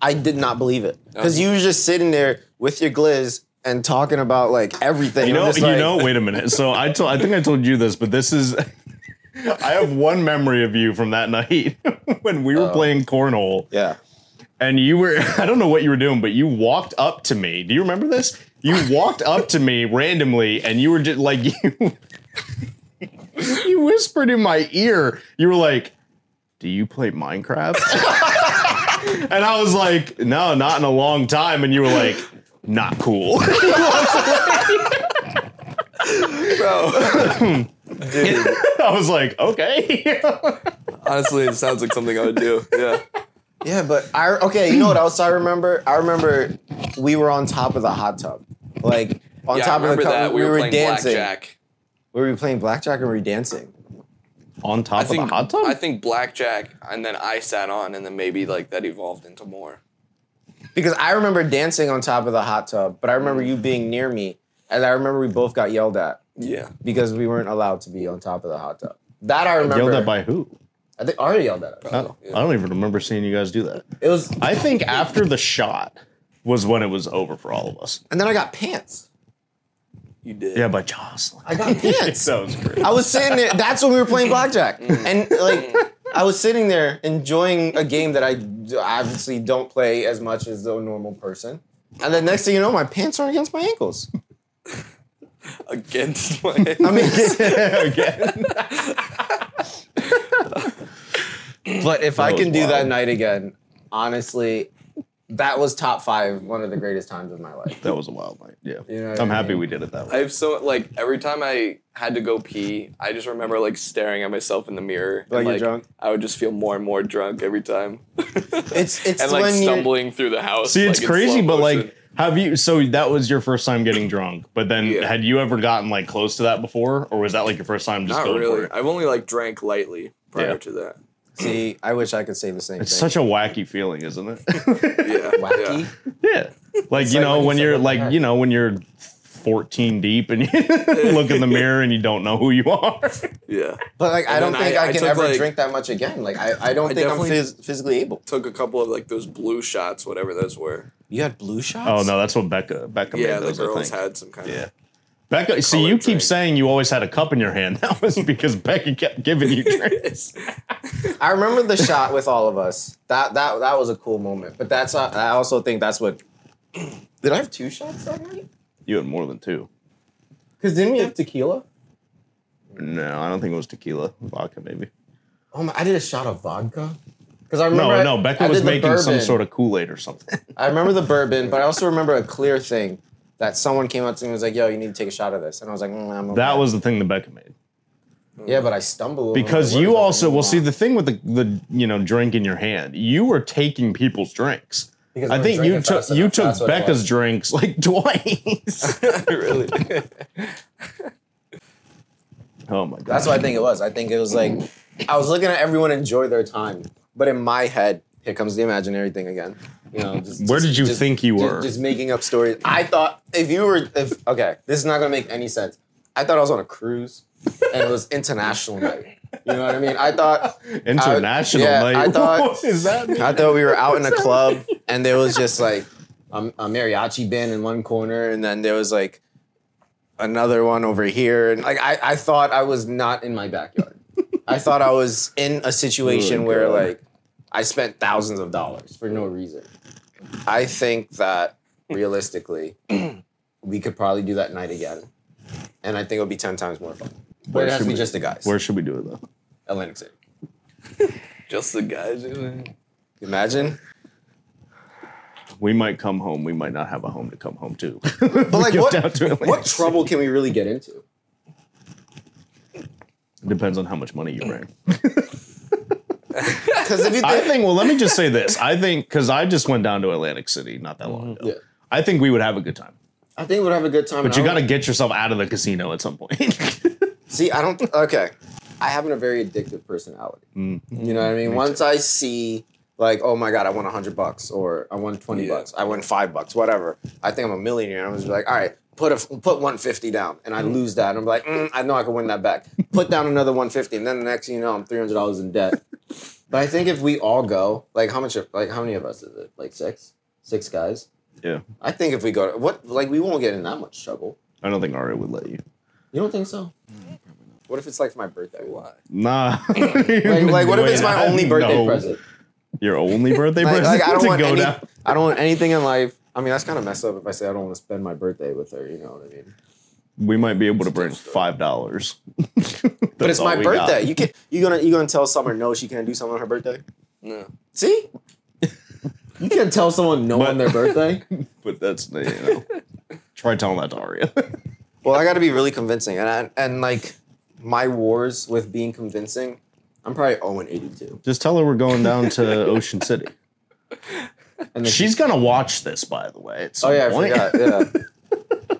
S1: I did not believe it because you were just sitting there with your glizz and talking about like everything.
S2: You
S1: I'm
S2: know,
S1: just
S2: you
S1: like-
S2: know. Wait a minute. So I told, I think I told you this, but this is. I have one memory of you from that night when we
S1: Oh.
S2: were playing cornhole,
S1: Yeah.
S2: and you were. I don't know what you were doing, but you walked up to me. Do you remember this? You walked up to me randomly, and you were just like you. you whispered in my ear. You were like, "Do you play Minecraft?" and I was like, "No, not in a long time." And you were like, "Not cool." I was like, okay.
S3: Honestly, it sounds like something I would do. Yeah.
S1: Yeah, but I okay. You know what else I remember? I remember we were on top of the hot tub, like on
S3: yeah,
S1: top
S3: I remember
S1: of the cup.
S3: that. We, were, playing
S1: dancing.
S3: blackjack.
S1: We were playing blackjack and we were dancing.
S2: On top
S3: I think
S2: of the hot tub?
S3: I think blackjack, and then I sat on, and then maybe like that evolved into more.
S1: because I remember dancing on top of the hot tub, but I remember you being near me, and I remember we both got yelled at
S3: Yeah.
S1: because we weren't allowed to be on top of the hot tub. That I remember.
S2: Yelled at by who?
S1: I think Ari yelled at us.
S2: I don't, I don't even remember seeing you guys do that.
S1: It was,
S2: I think after the shot was when it was over for all of us.
S1: and then I got pants.
S3: You did.
S2: Yeah, by Jocelyn.
S1: I got pants.
S2: that was great.
S1: I was sitting there. That's when we were playing blackjack, and like I was sitting there enjoying a game that I d- obviously don't play as much as a normal person. And the next thing you know, my pants are against my ankles.
S3: Against my.
S1: I mean,
S2: Again.
S1: but if I
S2: That
S1: can
S2: was
S1: do that
S2: wild.
S1: night again, honestly, that was top five, one of the greatest times of my life.
S2: That was a wild night. Yeah.
S1: You know what
S2: I'm
S1: I
S2: happy
S1: mean?
S2: we did it that
S3: I
S2: way.
S3: have so like every time I had to go pee, I just remember like staring at myself in the mirror. and,
S1: Like you're drunk?
S3: I would just feel more and more drunk every time.
S1: It's it's
S3: and like
S1: when you-
S3: stumbling through the house.
S2: See, it's
S3: like, in
S2: crazy,
S3: slow
S2: but
S3: motion.
S2: like, have you? So that was your first time getting drunk, but then
S3: Yeah.
S2: had you ever gotten like close to that before, or was that like your first time just
S3: not
S2: going
S3: really.
S2: for it?
S3: I've only like drank lightly prior
S2: Yeah.
S3: to that.
S1: See, I wish I could say the same
S2: It's
S1: thing.
S2: such a wacky feeling, isn't it?
S3: Yeah.
S1: wacky.
S3: Yeah.
S2: yeah. Like you
S1: like
S2: know
S1: when you
S2: when
S1: said
S2: you're
S1: that
S2: like
S1: back.
S2: you know when you're 14 deep and you look in the mirror and you don't know who you are.
S3: Yeah.
S1: But like, I
S3: And
S1: don't
S3: then
S1: think
S3: I-
S1: I,
S3: I
S1: can
S3: took,
S1: ever
S3: like-
S1: drink that much again. Like, I, I don't
S3: I
S1: think I'm
S3: definitely-
S1: phys- physically able.
S3: Took a couple of like those blue shots, whatever those were.
S1: You had blue shots.
S2: Oh no, that's what Becca Becca
S3: Yeah,
S2: made those.
S3: the
S2: I
S3: girls
S2: think.
S3: had some kind
S2: yeah.
S3: of.
S2: Becca, see,
S3: colored
S2: you keep
S3: drink.
S2: saying you always had a cup in your hand. That was because Becca kept giving you drinks.
S1: I remember the shot with all of us. That that that was a cool moment. But that's uh, I also think that's what. Did I have two shots that night?
S2: you had more than two.
S1: Because didn't we have tequila?
S2: No, I don't think it was tequila, vodka, maybe.
S1: Oh my! I did a shot of vodka. Because I
S2: No,
S1: remember. I-
S2: no, Becca
S1: I
S2: was
S1: did the
S2: making some
S1: bourbon.
S2: sort of Kool Aid or something.
S1: I remember the bourbon, but I also remember a clear thing that someone came up to me and was like, "Yo, you need to take a shot of this," and I was like, mm, I'm okay.
S2: that was the thing that Becca
S1: Oh,
S2: made.
S1: yeah, but I stumbled over
S2: Because
S1: my words.
S2: you
S1: I'm like,
S2: also, well,
S1: "Mm,
S2: see,
S1: nah."
S2: the thing with the, the you know drink in your hand, you were taking people's drinks.
S1: Because we
S2: I
S1: were
S2: think you
S1: drinking
S2: took
S1: fast
S2: you
S1: enough.
S2: took
S1: That's what it
S2: Becca's
S1: was.
S2: drinks like twice.
S3: really.
S2: oh my god!
S1: That's what I think it was. I think it was like I was looking at everyone enjoy their time, but in my head, here comes the imaginary thing again. You know, just,
S2: Where
S1: just-
S2: did you
S1: just-
S2: think you
S1: ju-
S2: were?
S1: Just, making up stories. I thought if you were, if okay, this is not gonna make any sense. I thought I was on a cruise, and it was international night. You know what I mean? I thought I-
S2: International
S1: yeah,
S2: night.
S1: I thought-
S2: what is that? mean?
S1: I thought we were out in a club and there was just like a, a mariachi band in one corner and then there was like another one over here and like I, I thought I was not in my backyard. I thought I was in a situation
S2: Oh,
S1: where
S2: God.
S1: like I spent thousands of dollars for no reason. I think that realistically we could probably do that night again. And I think it would be 10 times more fun. But
S2: Where
S1: it has to
S2: should
S1: be
S2: we-
S1: just the guys.
S2: Where should we do it though?
S1: Atlantic City.
S3: Just the guys. It
S1: Imagine.
S2: We might come home. We might not have a home to come home to.
S1: But like
S2: Get
S1: what,
S2: down to Atlantic
S1: what
S2: City.
S1: trouble can we really get into?
S2: Depends on how much money you bring.
S1: Because if you
S2: I
S1: think
S2: think. Well, let me just say this. I think because I just went down to Atlantic City not that long ago.
S1: Mm-hmm. Yeah.
S2: I think we would have a good time,
S1: I think we'd have a good time.
S2: but
S1: and
S2: you
S1: I
S2: got
S1: don't-
S2: to get yourself out of the casino at some point.
S1: see. I don't. Okay, I have a very addictive personality.
S2: Mm.
S1: You know what I mean? Once I see like, oh my god, I won hundred bucks, or I won twenty
S3: Yeah.
S1: bucks, I won five bucks, whatever. I think I'm a millionaire. I'm just like, all right, put a put one fifty down, and I lose that, and I'm like, mm, I know I can win that back. Put down another one fifty, and then the next thing you know, I'm three hundred dollars in debt. but I think if we all go, like, how much? of- Like, how many of us is it? Like six, six guys.
S2: yeah,
S1: I think if we go, what like we won't get in that much trouble.
S2: I don't think Ari would let you.
S1: You don't think so? What if it's like my birthday?
S3: Why?
S2: Nah.
S1: Like, like what if it's my only birthday
S2: No.
S1: present?
S2: Your only birthday
S1: Like,
S2: present
S1: like, I don't
S2: to
S1: want
S2: go
S1: any,
S2: down.
S1: I don't want anything in life. I mean, that's kind of messed up if I say I don't want to spend my birthday with her. You know what I mean?
S2: We might be able to bring
S3: story.
S2: five dollars.
S1: But it's my birthday. You can you gonna you gonna tell someone no she can't do something on her birthday?
S3: No.
S1: See, you can't tell someone no
S2: But-
S1: on their birthday.
S2: But that's you know. Try telling that to Aria.
S1: Well, I got to be really convincing, and I, and like my wars with being convincing, I'm probably 0 and 82.
S2: Just tell her we're going down to Ocean City.
S1: And then
S2: She's gonna watch this, by the way. at some
S1: Oh yeah, I
S2: point.
S1: forgot. Yeah.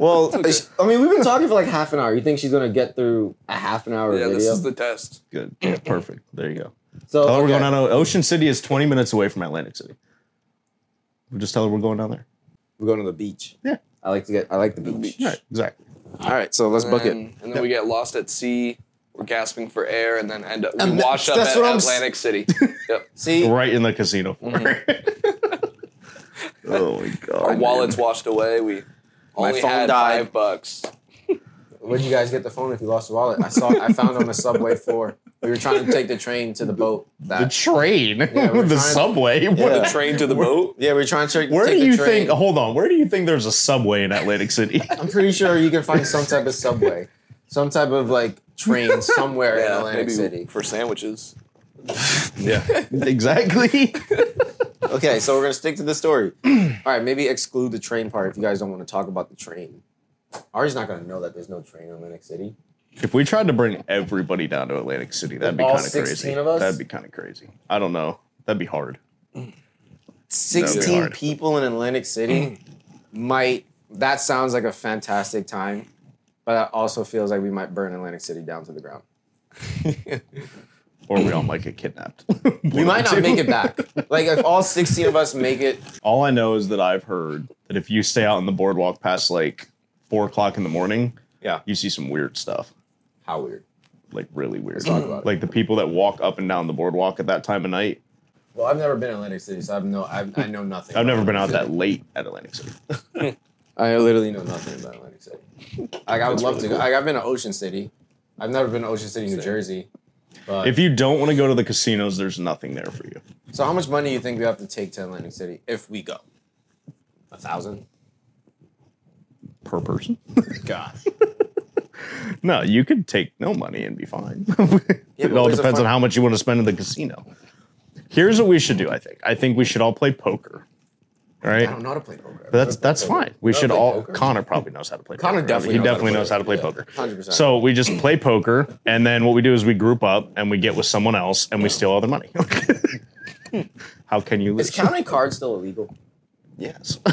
S1: Well, is- I mean, we've been talking for like half an hour. You think she's gonna get through a half an hour
S3: Yeah,
S1: video?
S3: this is the test.
S2: Good. Yeah, perfect. There you go.
S1: so
S2: Tell her we're
S1: Oh, okay.
S2: going down to Ocean City is 20 minutes away from Atlantic City. We'll just tell her we're going down there.
S1: We're going to the beach.
S2: Yeah.
S1: I like to get. I like the beach.
S2: Right. Exactly.
S1: All right, so let's book it.
S3: And then we get lost at sea. We're gasping for air, and then end up we
S1: And that-
S3: wash up
S1: that's
S3: at
S1: what I'm s-
S3: Atlantic City. yep,
S1: See,
S2: Right in the casino.
S1: Mm-hmm.
S2: oh my god.
S3: our wallets washed away. We
S1: My
S3: only
S1: phone
S3: had
S1: died.
S3: five bucks.
S1: where'd you guys get the phone if you lost your wallet? I saw. I found it on the subway floor. We were trying to take the train to the boat.
S2: The
S1: That.
S2: train.
S1: we're
S2: the
S1: trying-
S2: subway. What-
S3: The train to the boat.
S1: yeah, we were trying to take,
S2: Where
S1: take
S2: do
S1: the
S2: you
S1: train.
S2: think? Hold on. Where do you think there's a subway in Atlantic City?
S1: I'm pretty sure you can find some type of subway, some type of like train somewhere in
S3: Yeah,
S1: Atlantic
S3: maybe
S1: City.
S3: for sandwiches.
S2: yeah. Exactly.
S1: Okay, so we're gonna stick to the story. All right, maybe exclude the train part if you guys don't want to talk about the train. Ari's not gonna know that there's no train in Atlantic City.
S2: If we tried to bring everybody down to Atlantic City, that'd be
S1: All
S2: kind of
S1: 16
S2: crazy.
S1: of us?
S2: That'd be kind of crazy. I don't know. That'd be hard.
S1: Sixteen
S2: hard.
S1: people in Atlantic City might. That sounds like a fantastic time, but that also feels like we might burn Atlantic City down to the ground.
S2: Or we all might get kidnapped.
S1: We might not make it back. Like if all sixteen of us make it,
S2: All I know is that I've heard that if you stay out on the boardwalk past like four o'clock in the morning,
S1: Yeah.
S2: you see some weird stuff.
S1: how weird.
S2: Like really weird.
S1: talk about it.
S2: like the people that walk up and down the boardwalk at that time of night.
S1: Well, I've never been to Atlantic City, so I've no, I've, I know nothing.
S2: I've
S1: about
S2: never been out
S1: Atlantic
S2: that late at Atlantic City.
S1: City. I literally know nothing about Atlantic City. Like I would
S3: That's
S1: love
S3: really
S1: to. go.
S3: cool.
S1: Like I've been to Ocean City. I've never been to Ocean City, New
S3: Same.
S1: Jersey. But
S2: If you don't want to go to the casinos, there's nothing there for you.
S1: so, how much money do you think we have to take to Atlantic City if we go? A thousand.
S2: Per person?
S1: Gosh.
S2: No, you could take no money and be fine.
S1: Yeah,
S2: it
S1: but
S2: all
S1: where's the
S2: depends on
S1: fun-
S2: how much you want to spend in the casino. Here's what we should do, I think. I think we should all play poker. All
S1: I
S2: right?
S1: don't know how to play poker.
S2: But that's that's fine. We
S1: Don't
S2: should
S1: play
S2: all
S1: poker.
S2: Connor probably knows how to play
S1: Connor
S2: poker.
S1: definitely
S2: he
S1: knows how to
S2: definitely
S1: play
S2: knows how to play
S1: poker.
S2: poker.
S1: Yeah, 100%.
S2: So we just play poker and then what we do is we group up and we get with someone else and we steal all their money. how can you
S1: Is
S2: lose?
S1: counting cards still illegal?
S2: yes.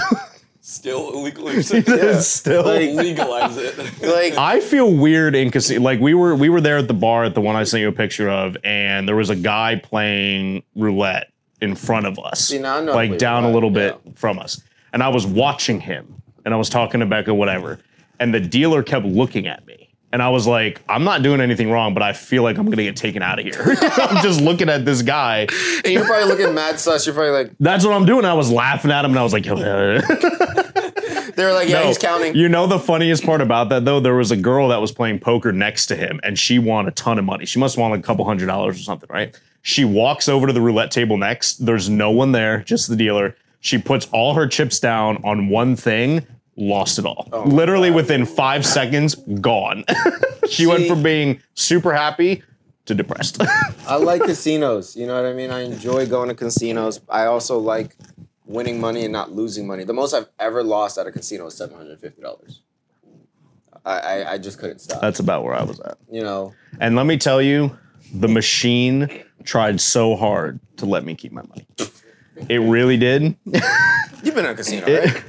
S3: Still illegally
S2: Still
S3: legalize it.
S1: Like
S2: I feel weird in casino. Like we were we were there at the bar at the one I sent you a picture of, and there was a guy playing roulette in front of us,
S1: See, now I know how to play
S2: like down
S1: roulette,
S2: a little bit from us. And I was watching him, and I was talking to Becca, whatever. And the dealer kept looking at me, and I was like, "I'm not doing anything wrong, but I feel like I'm gonna get taken out of here. I'm just looking at this guy.
S1: and you're probably looking mad sus. You're probably like
S2: That's what I'm doing." I was laughing at him, and I was like,
S1: they were like, yeah,
S2: No.
S1: he's counting.
S2: You know the funniest part about that though? There was a girl that was playing poker next to him and she won a ton of money. She must have won like a couple hundred dollars or something, right? She walks over to the roulette table next. There's no one there, just the dealer. She puts all her chips down on one thing, lost it all.
S1: Oh
S2: Literally within five seconds, gone. she went
S1: See-
S2: from being super happy to depressed.
S1: I like casinos. You know what I mean? I enjoy going to casinos. I also like winning money and not losing money. The most I've ever lost at a casino is seven hundred fifty dollars. I, I I just couldn't stop.
S2: That's about where I was at.
S1: you know.
S2: And let me tell you, the machine tried so hard to let me keep my money. It really did.
S1: You've been at a casino,
S2: It-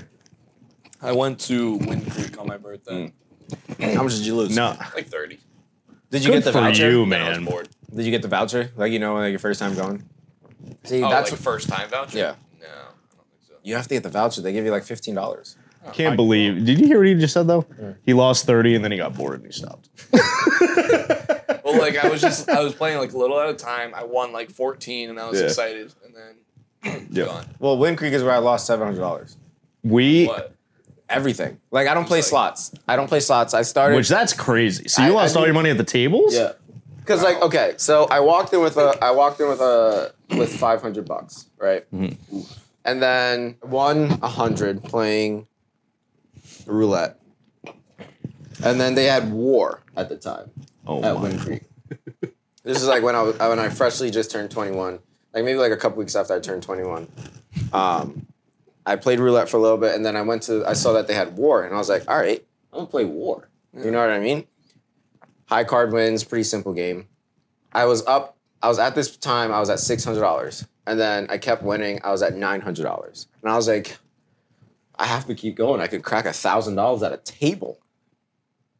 S3: I went to Wind Creek on my birthday.
S1: How much did you lose?
S2: No,
S3: Like thirty.
S1: Did you
S2: good
S1: get the
S2: for
S1: voucher?
S2: you,
S3: Then I was
S2: man.
S3: bored.
S1: Did you get the voucher? Like you know, like your first time going. See,
S3: Oh,
S1: that's
S3: like first time voucher.
S1: Yeah.
S3: No, I don't think so.
S1: you have to get the voucher. They give you like fifteen dollars.
S2: Can't believe. Did you hear what he just said though? He lost thirty and then he got bored and he stopped.
S3: Well, like I was just I was playing like a little at a time. I won like 14, and I was
S2: Yeah.
S3: excited, and then gone.
S1: Well, Wind Creek is where I lost seven hundred dollars.
S2: We,
S3: What?
S1: Everything. Like I don't play
S3: like-
S1: slots. I don't play slots. I started.
S2: which that's crazy. So you
S1: I- I
S2: lost all
S1: mean-
S2: your money at the tables.
S1: Yeah. Cause like okay, so I walked in with a I walked in with a with five hundred bucks, right? And then won a hundred playing roulette, and then they had war at the time
S2: Oh
S1: at
S2: my.
S1: Wind Creek. this is like when I was when I freshly just turned twenty one, like maybe like a couple weeks after I turned twenty one. Um, I played roulette for a little bit, and then I went to I saw that they had war, and I was like, all right, I'm gonna play war. You know what I mean? High card wins, pretty simple game. I was up. I was at this time. I was at six hundred dollars, and then I kept winning. I was at nine hundred dollars, and I was like, I have to keep going. I could crack a thousand dollars at a table.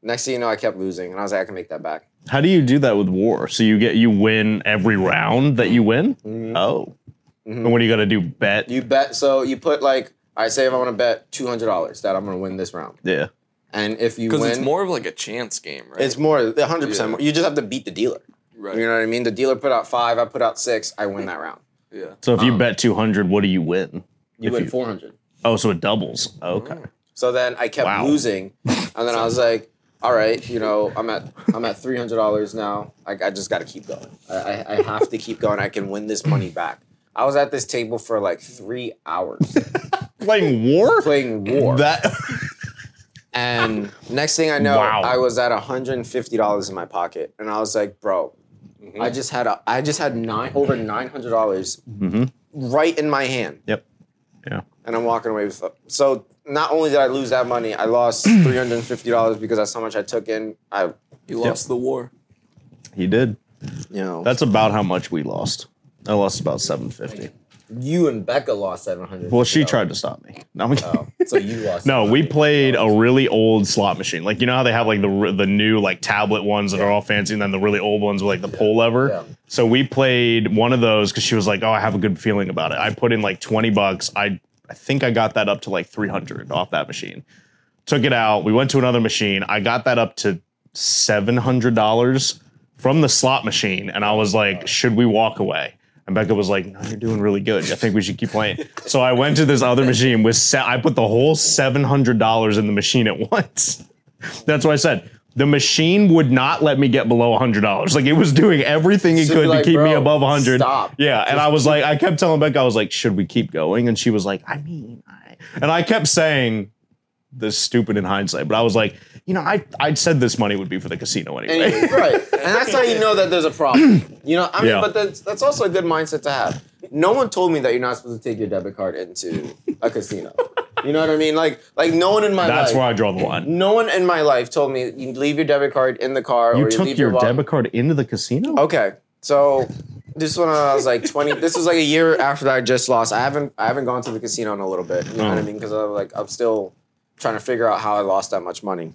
S1: Next thing you know, I kept losing, and I was like, I can make that back.
S2: How do you do that with war? So you get you win every round that you win. Oh, And what do you got to do? Bet.
S1: Mm-hmm. You bet. So you put like, I say if I want to bet two hundred dollars that I'm going to win this round,
S2: yeah.
S1: and if you
S3: Because
S1: win,
S3: it's more of like a chance game, right?
S1: it's more, one hundred
S3: Yeah.
S1: percent more. You just have to beat the dealer.
S3: right.
S1: You know what I mean? The dealer put out five, I put out six, I win that round.
S3: yeah.
S2: So if you bet two hundred, what do you win?
S1: Uh. You
S2: If
S1: win
S2: you-
S1: four Mm-hmm. hundred.
S2: Oh, so it doubles. Okay.
S1: So then I kept
S2: Wow.
S1: losing, and then I was like, "All right, you know, I'm at I'm at three hundred dollars now. I, I just got to keep going. I, I, I have to keep going. I can win this money back." I was at this table for like three hours
S2: Playing war.
S1: playing war,
S2: That.
S1: and next thing I know,
S2: Wow.
S1: I was at one hundred and fifty dollars in my pocket, and I was like, "Bro, I
S2: Mm-hmm.
S1: just had a I just had nine over nine hundred dollars
S2: Mhm.
S1: right in my hand."
S2: Yep.
S1: and I'm walking away with. So not only did I lose that money, I lost three hundred and fifty dollars because that's how much I took in. I, you
S3: You lost the war.
S2: He did.
S1: know,
S2: That's about how much we lost. I lost about seven fifty.
S1: you and Becca lost seven hundred.
S2: Well, she tried to stop me. No, I'm kidding.
S1: Oh, so you lost.
S2: No,
S1: the
S2: we
S1: money.
S2: played a really old slot machine. Like you know how they have like the r- the new like tablet ones that are all fancy, and then the really old ones with like the pull lever.
S1: Yeah.
S2: So we played one of those because she was like, "Oh, I have a good feeling about it." I put in like twenty bucks. I I think I got that up to like three hundred off that machine. Took it out. We went to another machine. I got that up to seven hundred dollars from the slot machine, and I was like, "Should we walk away?" And Becca was like, "No, you're doing really good. I think we should keep playing." so I went to this other machine with se- I put the whole seven hundred dollars in the machine at once. That's what I said. The machine would not let me get below hundred dollars. Like it was doing everything it
S1: Should be
S2: could
S1: like,
S2: to keep me
S1: "Bro,
S2: above hundred.
S1: stop.
S2: Yeah, and I was like, I kept telling Becca, I was like, "Should we keep going?" And she was like, "I mean," I... and I kept saying, this stupid in hindsight, but I was like, you know, I I said this money would be for the casino anyway.
S1: And- right, and that's how you know that there's a problem. You know, I mean,
S2: Yeah.
S1: but that's, that's also a good mindset to have. No one told me that you're not supposed to take your debit card into a casino. You know what I mean? Like, like no one in my
S2: That's
S1: life.
S2: where I draw the line.
S1: No one in my life told me you leave your debit card in the car.
S2: You
S1: or
S2: took
S1: leave
S2: your
S1: wallet-
S2: debit card into the casino?
S1: Okay, so this one I was like twenty. This was like a year after I just lost. I haven't I haven't gone to the casino in a little bit. You know what I
S2: Oh.
S1: mean? Because I'm like I'm still trying to figure out how I lost that much money.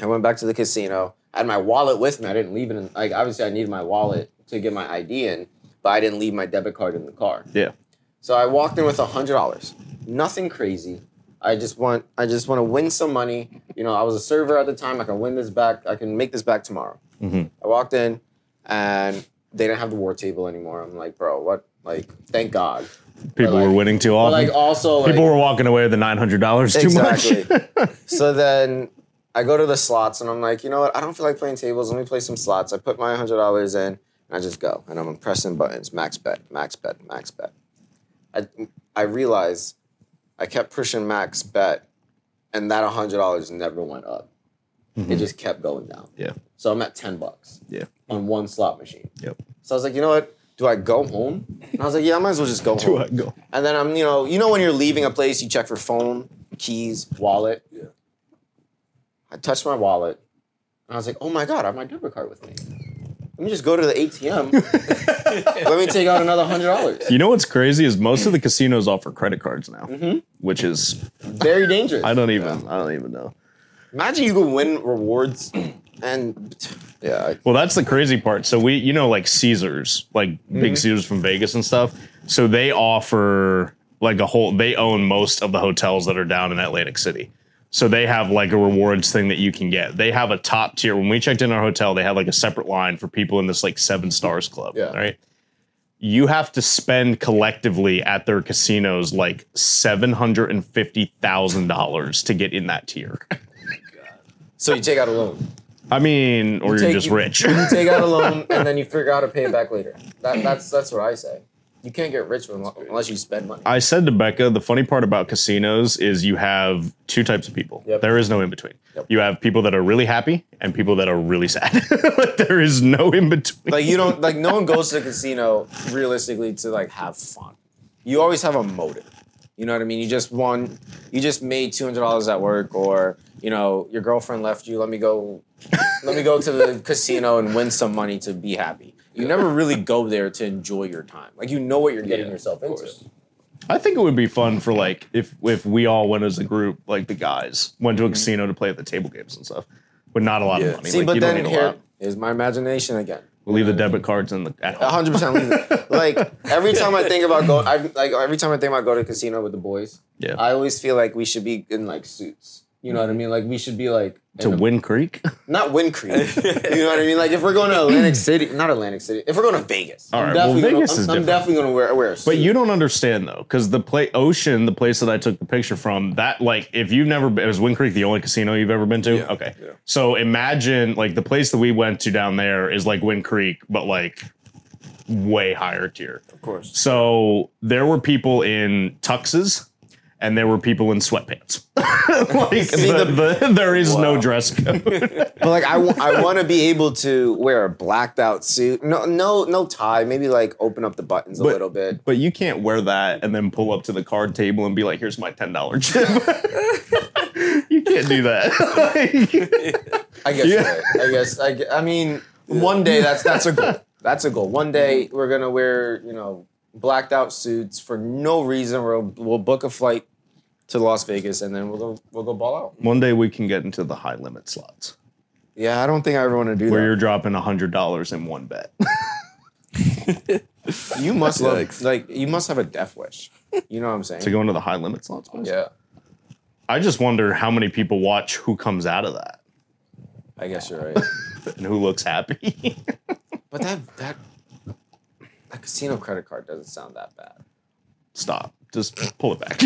S1: I went back to the casino. I had my wallet with me. I didn't leave it. In, like obviously, I needed my wallet to get my ID in, but I didn't leave my debit card in the car.
S2: Yeah.
S1: So I walked in with hundred dollars. Nothing crazy. I just want I just want to win some money. You know, I was a server at the time. I can win this back. I can make this back tomorrow.
S2: Mhm.
S1: I walked in, and they didn't have the war table anymore. I'm like, bro, what? Like, thank God.
S2: People
S1: like-
S2: were winning too
S1: But
S2: often.
S1: like, also, like,
S2: People were walking away with the nine hundred dollars too
S1: exactly.
S2: much.
S1: so then I go to the slots, and I'm like, you know what? I don't feel like playing tables. Let me play some slots. I put my hundred dollars in, and I just go, and I'm pressing buttons, max bet, max bet, max bet. I I realize I kept pushing max bet, and that hundred dollars never went up.
S2: Mm-hmm.
S1: It just kept going down.
S2: yeah.
S1: So I'm at ten bucks
S2: Yeah.
S1: on one slot machine.
S2: Yep.
S1: So I was like, you know what? Do I go home? And I was like, yeah, I might as well just go
S2: Do
S1: home.
S2: I go?
S1: And then I'm, you know, you know when you're leaving a place, you check for phone, keys, wallet.
S3: Yeah.
S1: I touched my wallet, and I was like, oh my god, I have my debit card with me. Let me just go to the ATM. Let me take out another hundred dollars.
S2: You know what's crazy is most of the casinos offer credit cards now,
S1: Mm-hmm.
S2: which is
S1: Very dangerous.
S2: I don't even I don't even know.
S1: Imagine you could win rewards, and yeah,
S2: Well, that's the crazy part. So we, you know, like Caesars, like
S1: Mm-hmm.
S2: big Caesars from Vegas and stuff. So they offer like a whole. They own most of the hotels that are down in Atlantic City. So they have like a rewards thing that you can get. They have a top tier. When we checked in our hotel, they had like a separate line for people in this like seven stars club.
S1: Yeah.
S2: Right. You have to spend collectively at their casinos like seven hundred and fifty thousand dollars to get in that tier.
S1: so you take out a loan.
S2: I mean, or you are
S1: take-
S2: just rich.
S1: You take out a loan, and then you figure out how to pay it back later. That, that's that's what I say. You can't get rich unless unless you spend money.
S2: I said to Becca, the funny part about casinos is you have two types of people.
S1: Yep.
S2: There is no in between.
S1: Yep.
S2: You have people that are really happy and people that are really sad. Like, there is no in between.
S1: like you don't like no one goes to the casino realistically to like have fun you always have a motive you know what i mean you just won you just made $200 at work or you know your girlfriend left you let me go let me go to the casino and win some money to be happy you never really go there to enjoy your time like you know what you're getting
S3: Yeah,
S1: yourself
S3: of
S1: into
S3: course.
S2: I think it would be fun for like if if we all went as a group, like the guys went to a casino to play at the table games and stuff, but not a lot
S3: Yeah.
S2: of money.
S1: Mhm. see
S2: like,
S1: but
S2: you don't
S1: then
S2: need a
S1: here
S2: lot.
S1: is my imagination again
S2: Leave the debit cards in the at home.
S1: hundred percent. Like every time I think about going, I like every time I think about going to a casino with the boys,
S2: Yeah.
S1: I always feel like we should be in like suits. You know what I mean? Like we should be like in
S2: to
S1: a-
S2: Wind Creek.
S1: not Wind Creek. you know what I mean? Like if we're going to Atlantic City, not Atlantic City. If we're going to Vegas,
S2: All right,
S1: I'm
S2: well,
S1: definitely
S2: Vegas
S1: gonna,
S2: is
S1: I'm, I'm
S2: different.
S1: definitely going to wear wear a suit.
S2: But you don't understand though, because the play Ocean, the place that I took the picture from, that like if you've never been, was Wind Creek the only casino you've ever been to?
S3: Yeah,
S2: Okay.
S3: yeah.
S2: So imagine like the place that we went to down there is like Wind Creek, but like way higher tier.
S3: Of course.
S2: So there were people in tuxes and there were people in sweatpants. like
S1: See,
S2: the, the, there is no
S3: Wow.
S2: dress code.
S1: But like I, w- I want to be able to wear a blacked out suit. No, no, no tie. Maybe like open up the buttons a
S2: But-
S1: little bit.
S2: but you can't wear that and then pull up to the card table and be like, here's my $10 chip. you can't do that. Like-
S1: I guess. You're
S2: Yeah.
S1: right. I guess. I, gu- I mean, one day that's that's a goal. That's a goal. One day we're gonna wear you know blacked out suits for no reason. We'll we'll book a flight to Las Vegas and then we'll go we'll go ball out.
S2: One day we can get into the high limit slots
S1: Yeah, I don't think I ever want to do
S2: where
S1: that.
S2: you're dropping hundred dollars in one bet.
S1: You must love
S3: Yikes.
S1: like you must have a death wish. You know what I'm saying?
S2: to go into the high limit slots. boys?
S1: yeah,
S2: I just wonder how many people watch who comes out of that
S1: I guess you're right.
S2: and who looks happy.
S1: But that that that casino credit card doesn't sound that bad.
S2: Stop. Just pull it back.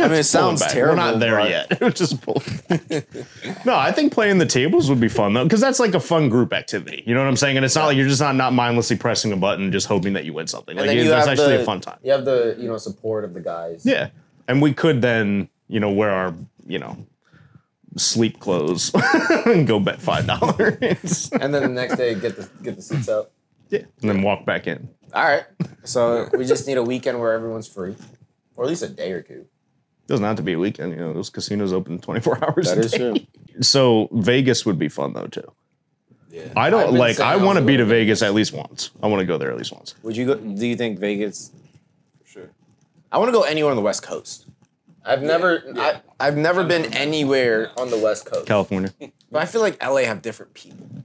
S1: I mean, it sounds terrible.
S2: We're not there
S1: but-
S2: yet. just pull. it back. no, I think playing the tables would be fun though, because that's like a fun group activity. You know what I'm saying? And it's not like you're just not not mindlessly pressing a button, just hoping that you win something.
S1: And
S2: Like
S1: then
S2: it,
S1: you
S2: that's
S1: have
S2: actually
S1: the-
S2: a fun time.
S1: You have the you know support of the guys.
S2: Yeah. And we could then, you know, wear our, you know, sleep clothes and go bet five dollars.
S1: And then the next day, get the get the seats up.
S2: yeah. And then walk back in.
S1: All right. So we just need a weekend where everyone's free, or at least a day or two.
S2: Doesn't have to be a weekend, you know, those casinos open twenty four hours. a
S1: That is
S2: day.
S1: true.
S2: So Vegas would be fun though too.
S3: Yeah.
S2: I
S1: I've
S2: don't
S1: been
S2: like
S1: saying
S2: I
S1: I
S2: want to
S1: was
S2: be to
S1: gonna-
S2: Vegas at least once. I want to go there at least once.
S1: Would you go? Do you think Vegas?
S3: For sure.
S1: I want to go anywhere on the West Coast. I've never
S3: yeah.
S1: I, I've never been anywhere on the West Coast.
S2: California.
S1: But I feel like LA have different people.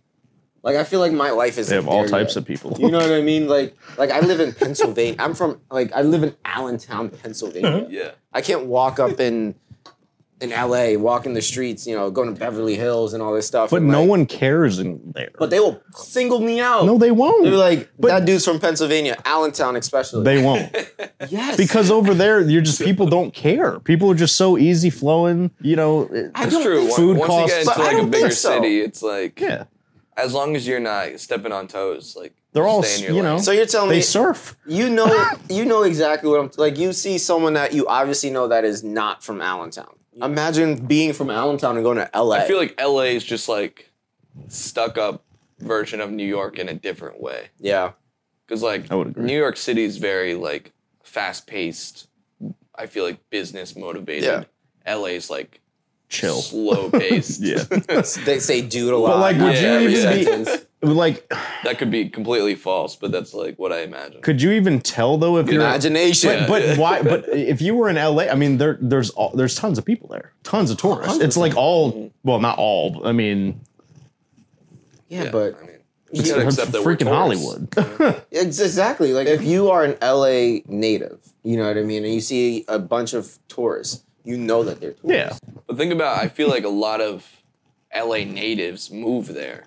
S1: Like I feel like my life is
S2: They have all types of people.
S1: You know what I mean? Like like I live in Pennsylvania. I'm from like I live in Allentown, Pennsylvania.
S3: Yeah.
S1: I can't walk up in in LA, walk in the streets, you know, going to Beverly Hills and all this stuff.
S2: but
S1: and,
S2: no
S1: like-
S2: one cares in there.
S1: But they will single me out.
S2: no, they won't.
S1: They're like
S2: But-
S1: that dude's from Pennsylvania, Allentown especially.
S2: they won't.
S1: yes,
S2: because over there you're just people don't care people are just so easy flowing you know it-
S1: I
S3: That's
S1: don't
S3: true.
S1: think
S3: Once,
S1: so.
S2: Food
S3: once you get
S2: costs-
S3: into
S1: But I
S3: like a
S1: don't
S3: bigger
S1: think so.
S3: city, it's like
S2: yeah
S3: as long as you're not stepping on toes, like
S2: They're all
S3: stay in
S2: s-
S3: your
S2: you know-
S3: lane.
S1: So you're telling
S2: they
S1: me
S2: surf
S1: you know you know exactly what I'm like. You see someone that you obviously know that is not from Allentown. Imagine being from Allentown and going to LA.
S3: I feel like LA is just like stuck up version of New York in a different way.
S1: yeah.
S3: Because like
S2: I would agree.
S3: New York City is very like fast paced. I feel like business motivated. LA is like
S2: chill
S3: slow paced.
S2: yeah
S1: They say dude a lot.
S2: like, would
S1: after
S3: you
S1: every
S3: even be-
S1: sentence.
S2: like
S3: that could be completely false, but that's like what I imagine.
S2: could you even tell though if you're
S1: Imagination.
S2: but, but why but if you were in la i mean there there's all, there's tons of people there tons of tourists
S1: Hundreds
S2: it's like all well not all but i mean
S1: yeah, but
S3: I mean, you
S2: it's
S3: gotta accept that we're
S2: freaking
S3: tourists.
S2: hollywood
S1: Ex- Exactly. Like if you are an LA native, you know what I mean, and you see a bunch of tourists, you know that they're tourists.
S2: yeah
S3: But think about, I feel like a lot of LA natives move there.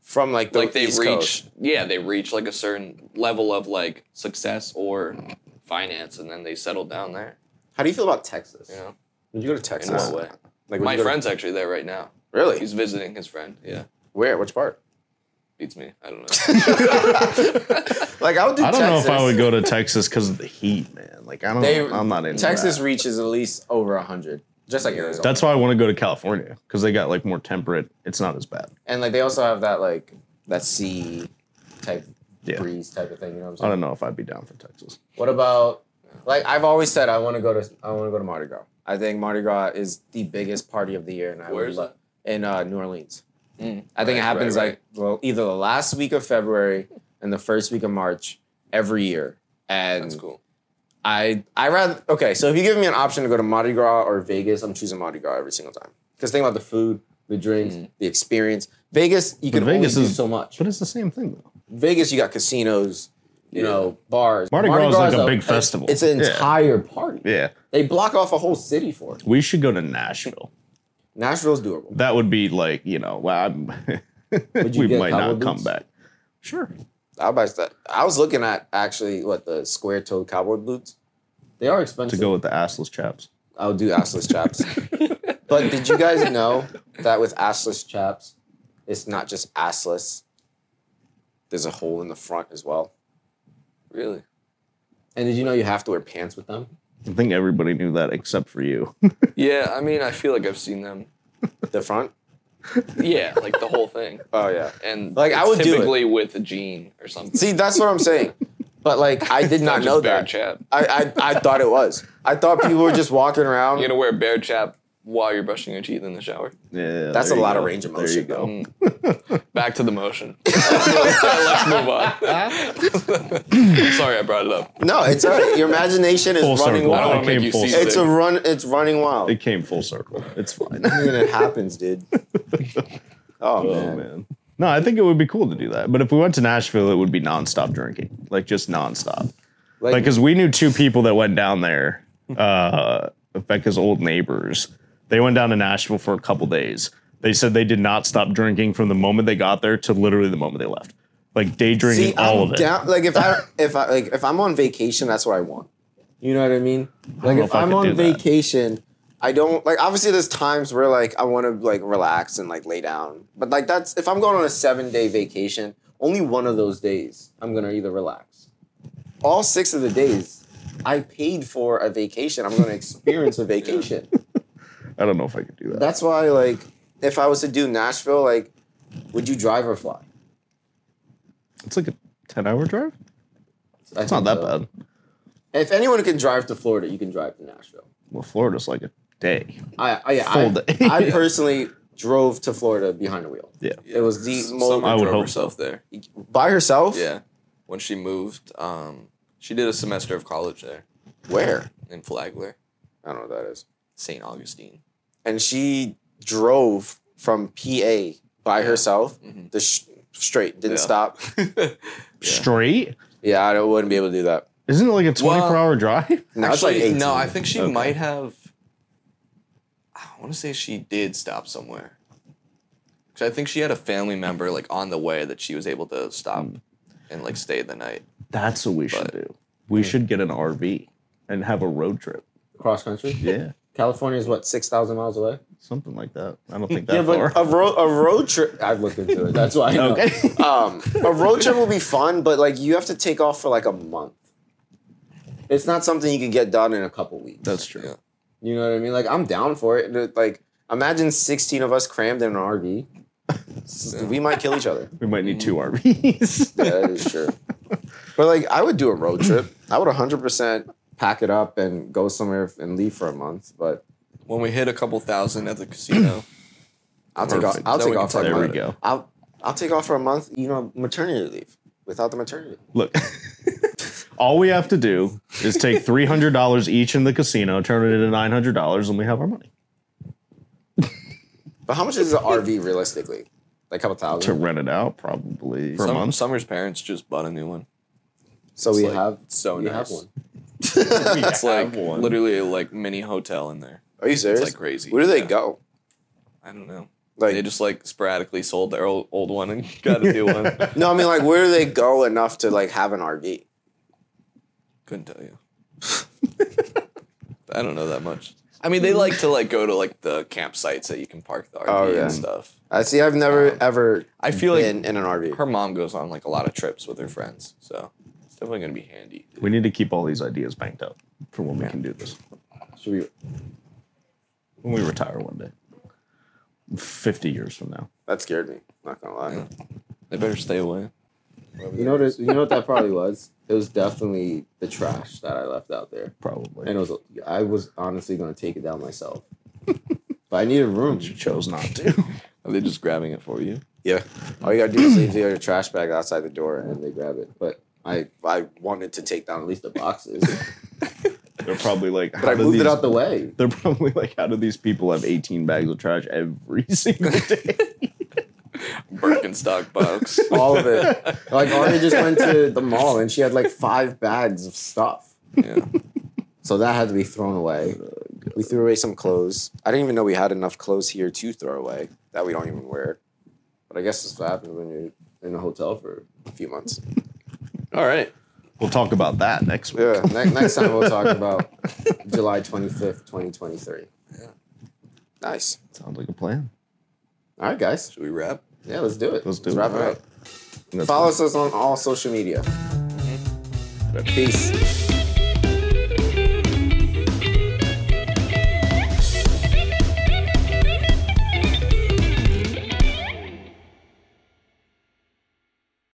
S1: From like the
S3: like they
S1: East
S3: reach,
S1: Coast.
S3: yeah, they reach like a certain level of like success or finance, and then they settle down there.
S1: How do you feel about Texas?
S3: You know,
S1: Would you go to
S3: in
S1: Texas?
S3: what way?
S1: Like, would
S3: My
S1: you go to-
S3: friend's actually there right now.
S1: Really?
S3: He's visiting his friend. Yeah,
S1: Where? Which part?
S3: beats me. I don't know.
S1: Like I would do
S2: i don't know
S1: Texas.
S2: if i would go to texas because of the heat man like i don't
S1: They-
S2: i'm not into
S1: Texas
S2: that.
S1: reaches at least over hundred. Just like Arizona.
S2: that's why i want to go to california because they got like more temperate it's not as bad
S1: and like they also have that like that sea type
S2: Yeah.
S1: breeze type of thing, you know what I'm
S2: i
S1: saying?
S2: don't know if i'd be down for texas
S1: What about like I've always said I want to go to I want to go to Mardi Gras. I think Mardi Gras is the biggest party of the year, and I
S3: Where
S1: would
S3: is
S1: love in uh, New Orleans.
S3: Mm,
S1: I think it
S3: right,
S1: happens
S3: right,
S1: like well, either the last week of February and the first week of March every year, and
S3: That's cool.
S1: I I rather okay. So if you give me an option to go to Mardi Gras or Vegas, I'm choosing Mardi Gras every single time. Because think
S3: Mm.
S1: about the food, the drinks, the experience. Vegas, you
S2: But
S1: can
S2: Vegas
S1: only do
S2: is-
S1: so much.
S2: But it's the same thing though.
S1: Vegas, you got casinos, you know, bars.
S2: Mardi Gras is like a big festival.
S1: It's an
S2: Yeah.
S1: entire party.
S2: Yeah.
S1: They block off a whole city for it.
S2: We should go to Nashville.
S1: Nashville's doable.
S2: That would be like, you know, well, I'm,
S1: Would you
S2: we
S1: get
S2: might
S1: cowboy
S2: not come
S1: boots?
S2: back. Sure.
S1: I buy that. I was looking at actually what the square toed cowboy boots. They are
S2: To
S1: expensive.
S2: go with the assless chaps.
S1: I'll do assless chaps. but did you guys know that with assless chaps, it's not just assless. There's a hole in the front as well.
S3: Really?
S1: And did you know you have to wear pants with them?
S2: I think everybody knew that except for you.
S3: Yeah, I mean, I feel like I've seen them.
S1: The front?
S3: Yeah, like the whole thing.
S1: Oh yeah.
S3: And
S1: Like, I
S3: it's
S1: would do it.
S3: typically with a jean or something.
S1: See, that's what I'm saying. But like, I did not know
S3: bear
S1: that.
S3: chap.
S1: I, I I thought it was. I thought people were just walking around.
S3: You're gonna wear bear chap while you're brushing your teeth in the shower.
S2: Yeah,
S1: That's
S2: there
S1: a
S2: you
S1: lot of
S2: go.
S1: range of
S2: There
S1: motion,
S2: you go.
S1: though.
S3: Back to the motion. Let's move on. Sorry, I brought it up.
S1: No, it's all right. your imagination is
S2: Full
S1: running
S2: circle.
S3: I don't
S1: wild.
S2: It
S3: wanna make
S2: came
S3: you
S2: full
S3: see
S2: circle.
S1: It's a run. It's running wild.
S2: It came full circle. It's fine.
S1: I mean, it happens, dude. Oh,
S2: Oh
S1: man.
S2: man. No, I think it would be cool to do that. But if we went to Nashville, it would be nonstop drinking, like just nonstop.
S1: Like,
S2: Like, because we knew two people that went down there, uh, Becca's old neighbors. They went down to Nashville for a couple days. They said they did not stop drinking from the moment they got there to literally the moment they left. Like day drinking,
S1: see,
S2: all
S1: I'm
S2: of it.
S1: down. Like if I if I like if I'm on vacation, that's what I want. You know what I mean? Like
S2: know
S1: if
S2: if I
S1: I'm
S2: could
S1: on
S2: do that.
S1: vacation, I don't like. Obviously, there's times where like I want to like relax and like lay down. But like that's if I'm going on a seven day vacation, only one of those days I'm gonna either relax. All six of the days, I paid for a vacation. I'm gonna experience a vacation.
S2: I don't know if I could do that.
S1: That's why, like, if I was to do Nashville, like, would you drive or fly?
S2: It's like a ten-hour drive.
S1: That's
S2: It's not that bad.
S1: If anyone can drive to Florida, you can drive to Nashville.
S2: Well, Florida's like a day.
S1: I, I, I,
S2: Full day.
S1: I personally drove to Florida behind the wheel.
S2: Yeah.
S1: It was the most
S3: Someone
S2: I would
S3: drove
S2: hope
S3: herself there.
S1: by herself.
S3: Yeah, when she moved, um, she did a semester of college there
S1: Where?
S3: in Flagler,
S1: I don't know what that is.
S3: St. Augustine.
S1: And she drove from PA by herself.
S3: Mhm.
S1: The sh- straight didn't
S3: Yeah.
S1: stop.
S2: Straight?
S1: Yeah, I don't- wouldn't be able to do that.
S2: Isn't it like a
S3: Well-
S2: twenty-four hour drive?
S1: No, it's like
S3: Actually,
S1: 18.
S3: no, I think she
S2: Okay.
S3: might have. I want to say she did stop somewhere. Because I think she had a family member like on the way that she was able to stop
S1: Hmm.
S3: and like stay the night.
S2: That's what we should
S3: But-
S2: do. We should get an RV and have a road trip.
S1: cross country.
S2: Yeah,
S1: California is what six thousand miles away.
S2: something like that. I don't think that
S1: Yeah, but
S2: far.
S1: a road a road trip. I've looked into it. That's why. I know.
S2: Okay.
S1: Um, a road trip will be fun, but like you have to take off for like a month. It's not something you can get done in a couple weeks.
S2: That's true.
S3: Yeah.
S1: You know what I mean? Like I'm down for it. Dude, Like imagine sixteen of us crammed in an RV. S- We might kill each other.
S2: We might need two RVs.
S1: Yeah, that is true. But like I would do a road trip. I would 100 percent pack it up and go somewhere and leave for a month. But
S3: When we hit a couple thousand at the casino,
S1: I'll take off.
S3: Perfect.
S1: I'll
S3: Then
S1: take
S3: we can
S1: off for a
S2: there
S1: month.
S2: we go.
S1: I'll I'll take off for a month, you know, maternity leave without the maternity.
S2: Look, all we have to do is take three hundred dollars each in the casino, turn it into nine hundred dollars, and we have our money
S1: But how much is an RV realistically? Like a couple
S2: to
S1: thousand.
S2: rent it out probably for a
S3: some,
S2: month.
S3: Summer's parents just bought a new one.
S1: So we
S3: like,
S1: have
S3: so
S1: we have
S3: nice.
S1: one.
S3: It's like
S2: have one.
S3: literally a, like mini hotel in there.
S1: Are you serious?
S3: like, crazy.
S1: Where do they
S3: Yeah.
S1: go?
S3: I don't know.
S1: Like
S3: They just like sporadically sold their old, old one and got a new one.
S1: no, I mean like where do they go enough to like have an RV?
S3: Couldn't tell you. I don't know that much. I mean, they like to like go to like the campsites that you can park the RV
S1: Oh, yeah.
S3: and stuff.
S1: I see. I've never ever
S3: I feel like
S1: been in an RV.
S3: her mom goes on like a lot of trips with her friends, so it's definitely gonna be handy.
S2: we need to keep all these ideas banked up for when we can do this.
S1: Should we-
S2: When we retire one day, fifty years from now.
S1: that scared me. Not gonna lie.
S3: They better stay away.
S1: You know this, You know what that probably was? It was definitely the trash that I left out there,
S2: Probably.
S1: and it was I was honestly gonna take it down myself, but I needed room.
S2: you chose not to.
S3: Are they just grabbing it for you?
S1: Yeah. All you gotta do is leave the trash bag outside the door and they grab it. But I I wanted to take down at least the boxes.
S2: They're probably like,
S1: But I moved it out the way.
S2: They're probably like, how do these people have 18 bags of trash every single day?
S3: Birkenstock box.
S1: all of it. Like Ari just went to the mall and she had like five bags of stuff.
S3: yeah.
S1: So that had to be thrown away. We threw away some clothes. I didn't even know we had enough clothes here to throw away that we don't even wear. But I guess that's what happens when you're in a hotel for a few months.
S3: All right.
S2: We'll talk about that next week.
S1: Yeah, ne- next time we'll talk about July 25th, 2023.
S3: Yeah.
S1: Nice.
S2: Sounds like a plan.
S1: All right, guys.
S3: Should we wrap?
S1: Yeah, let's do it.
S2: Let's do
S1: Wrap
S2: it.
S1: it
S2: All
S1: up.
S2: right. That's
S1: Follow us on all social media. Peace.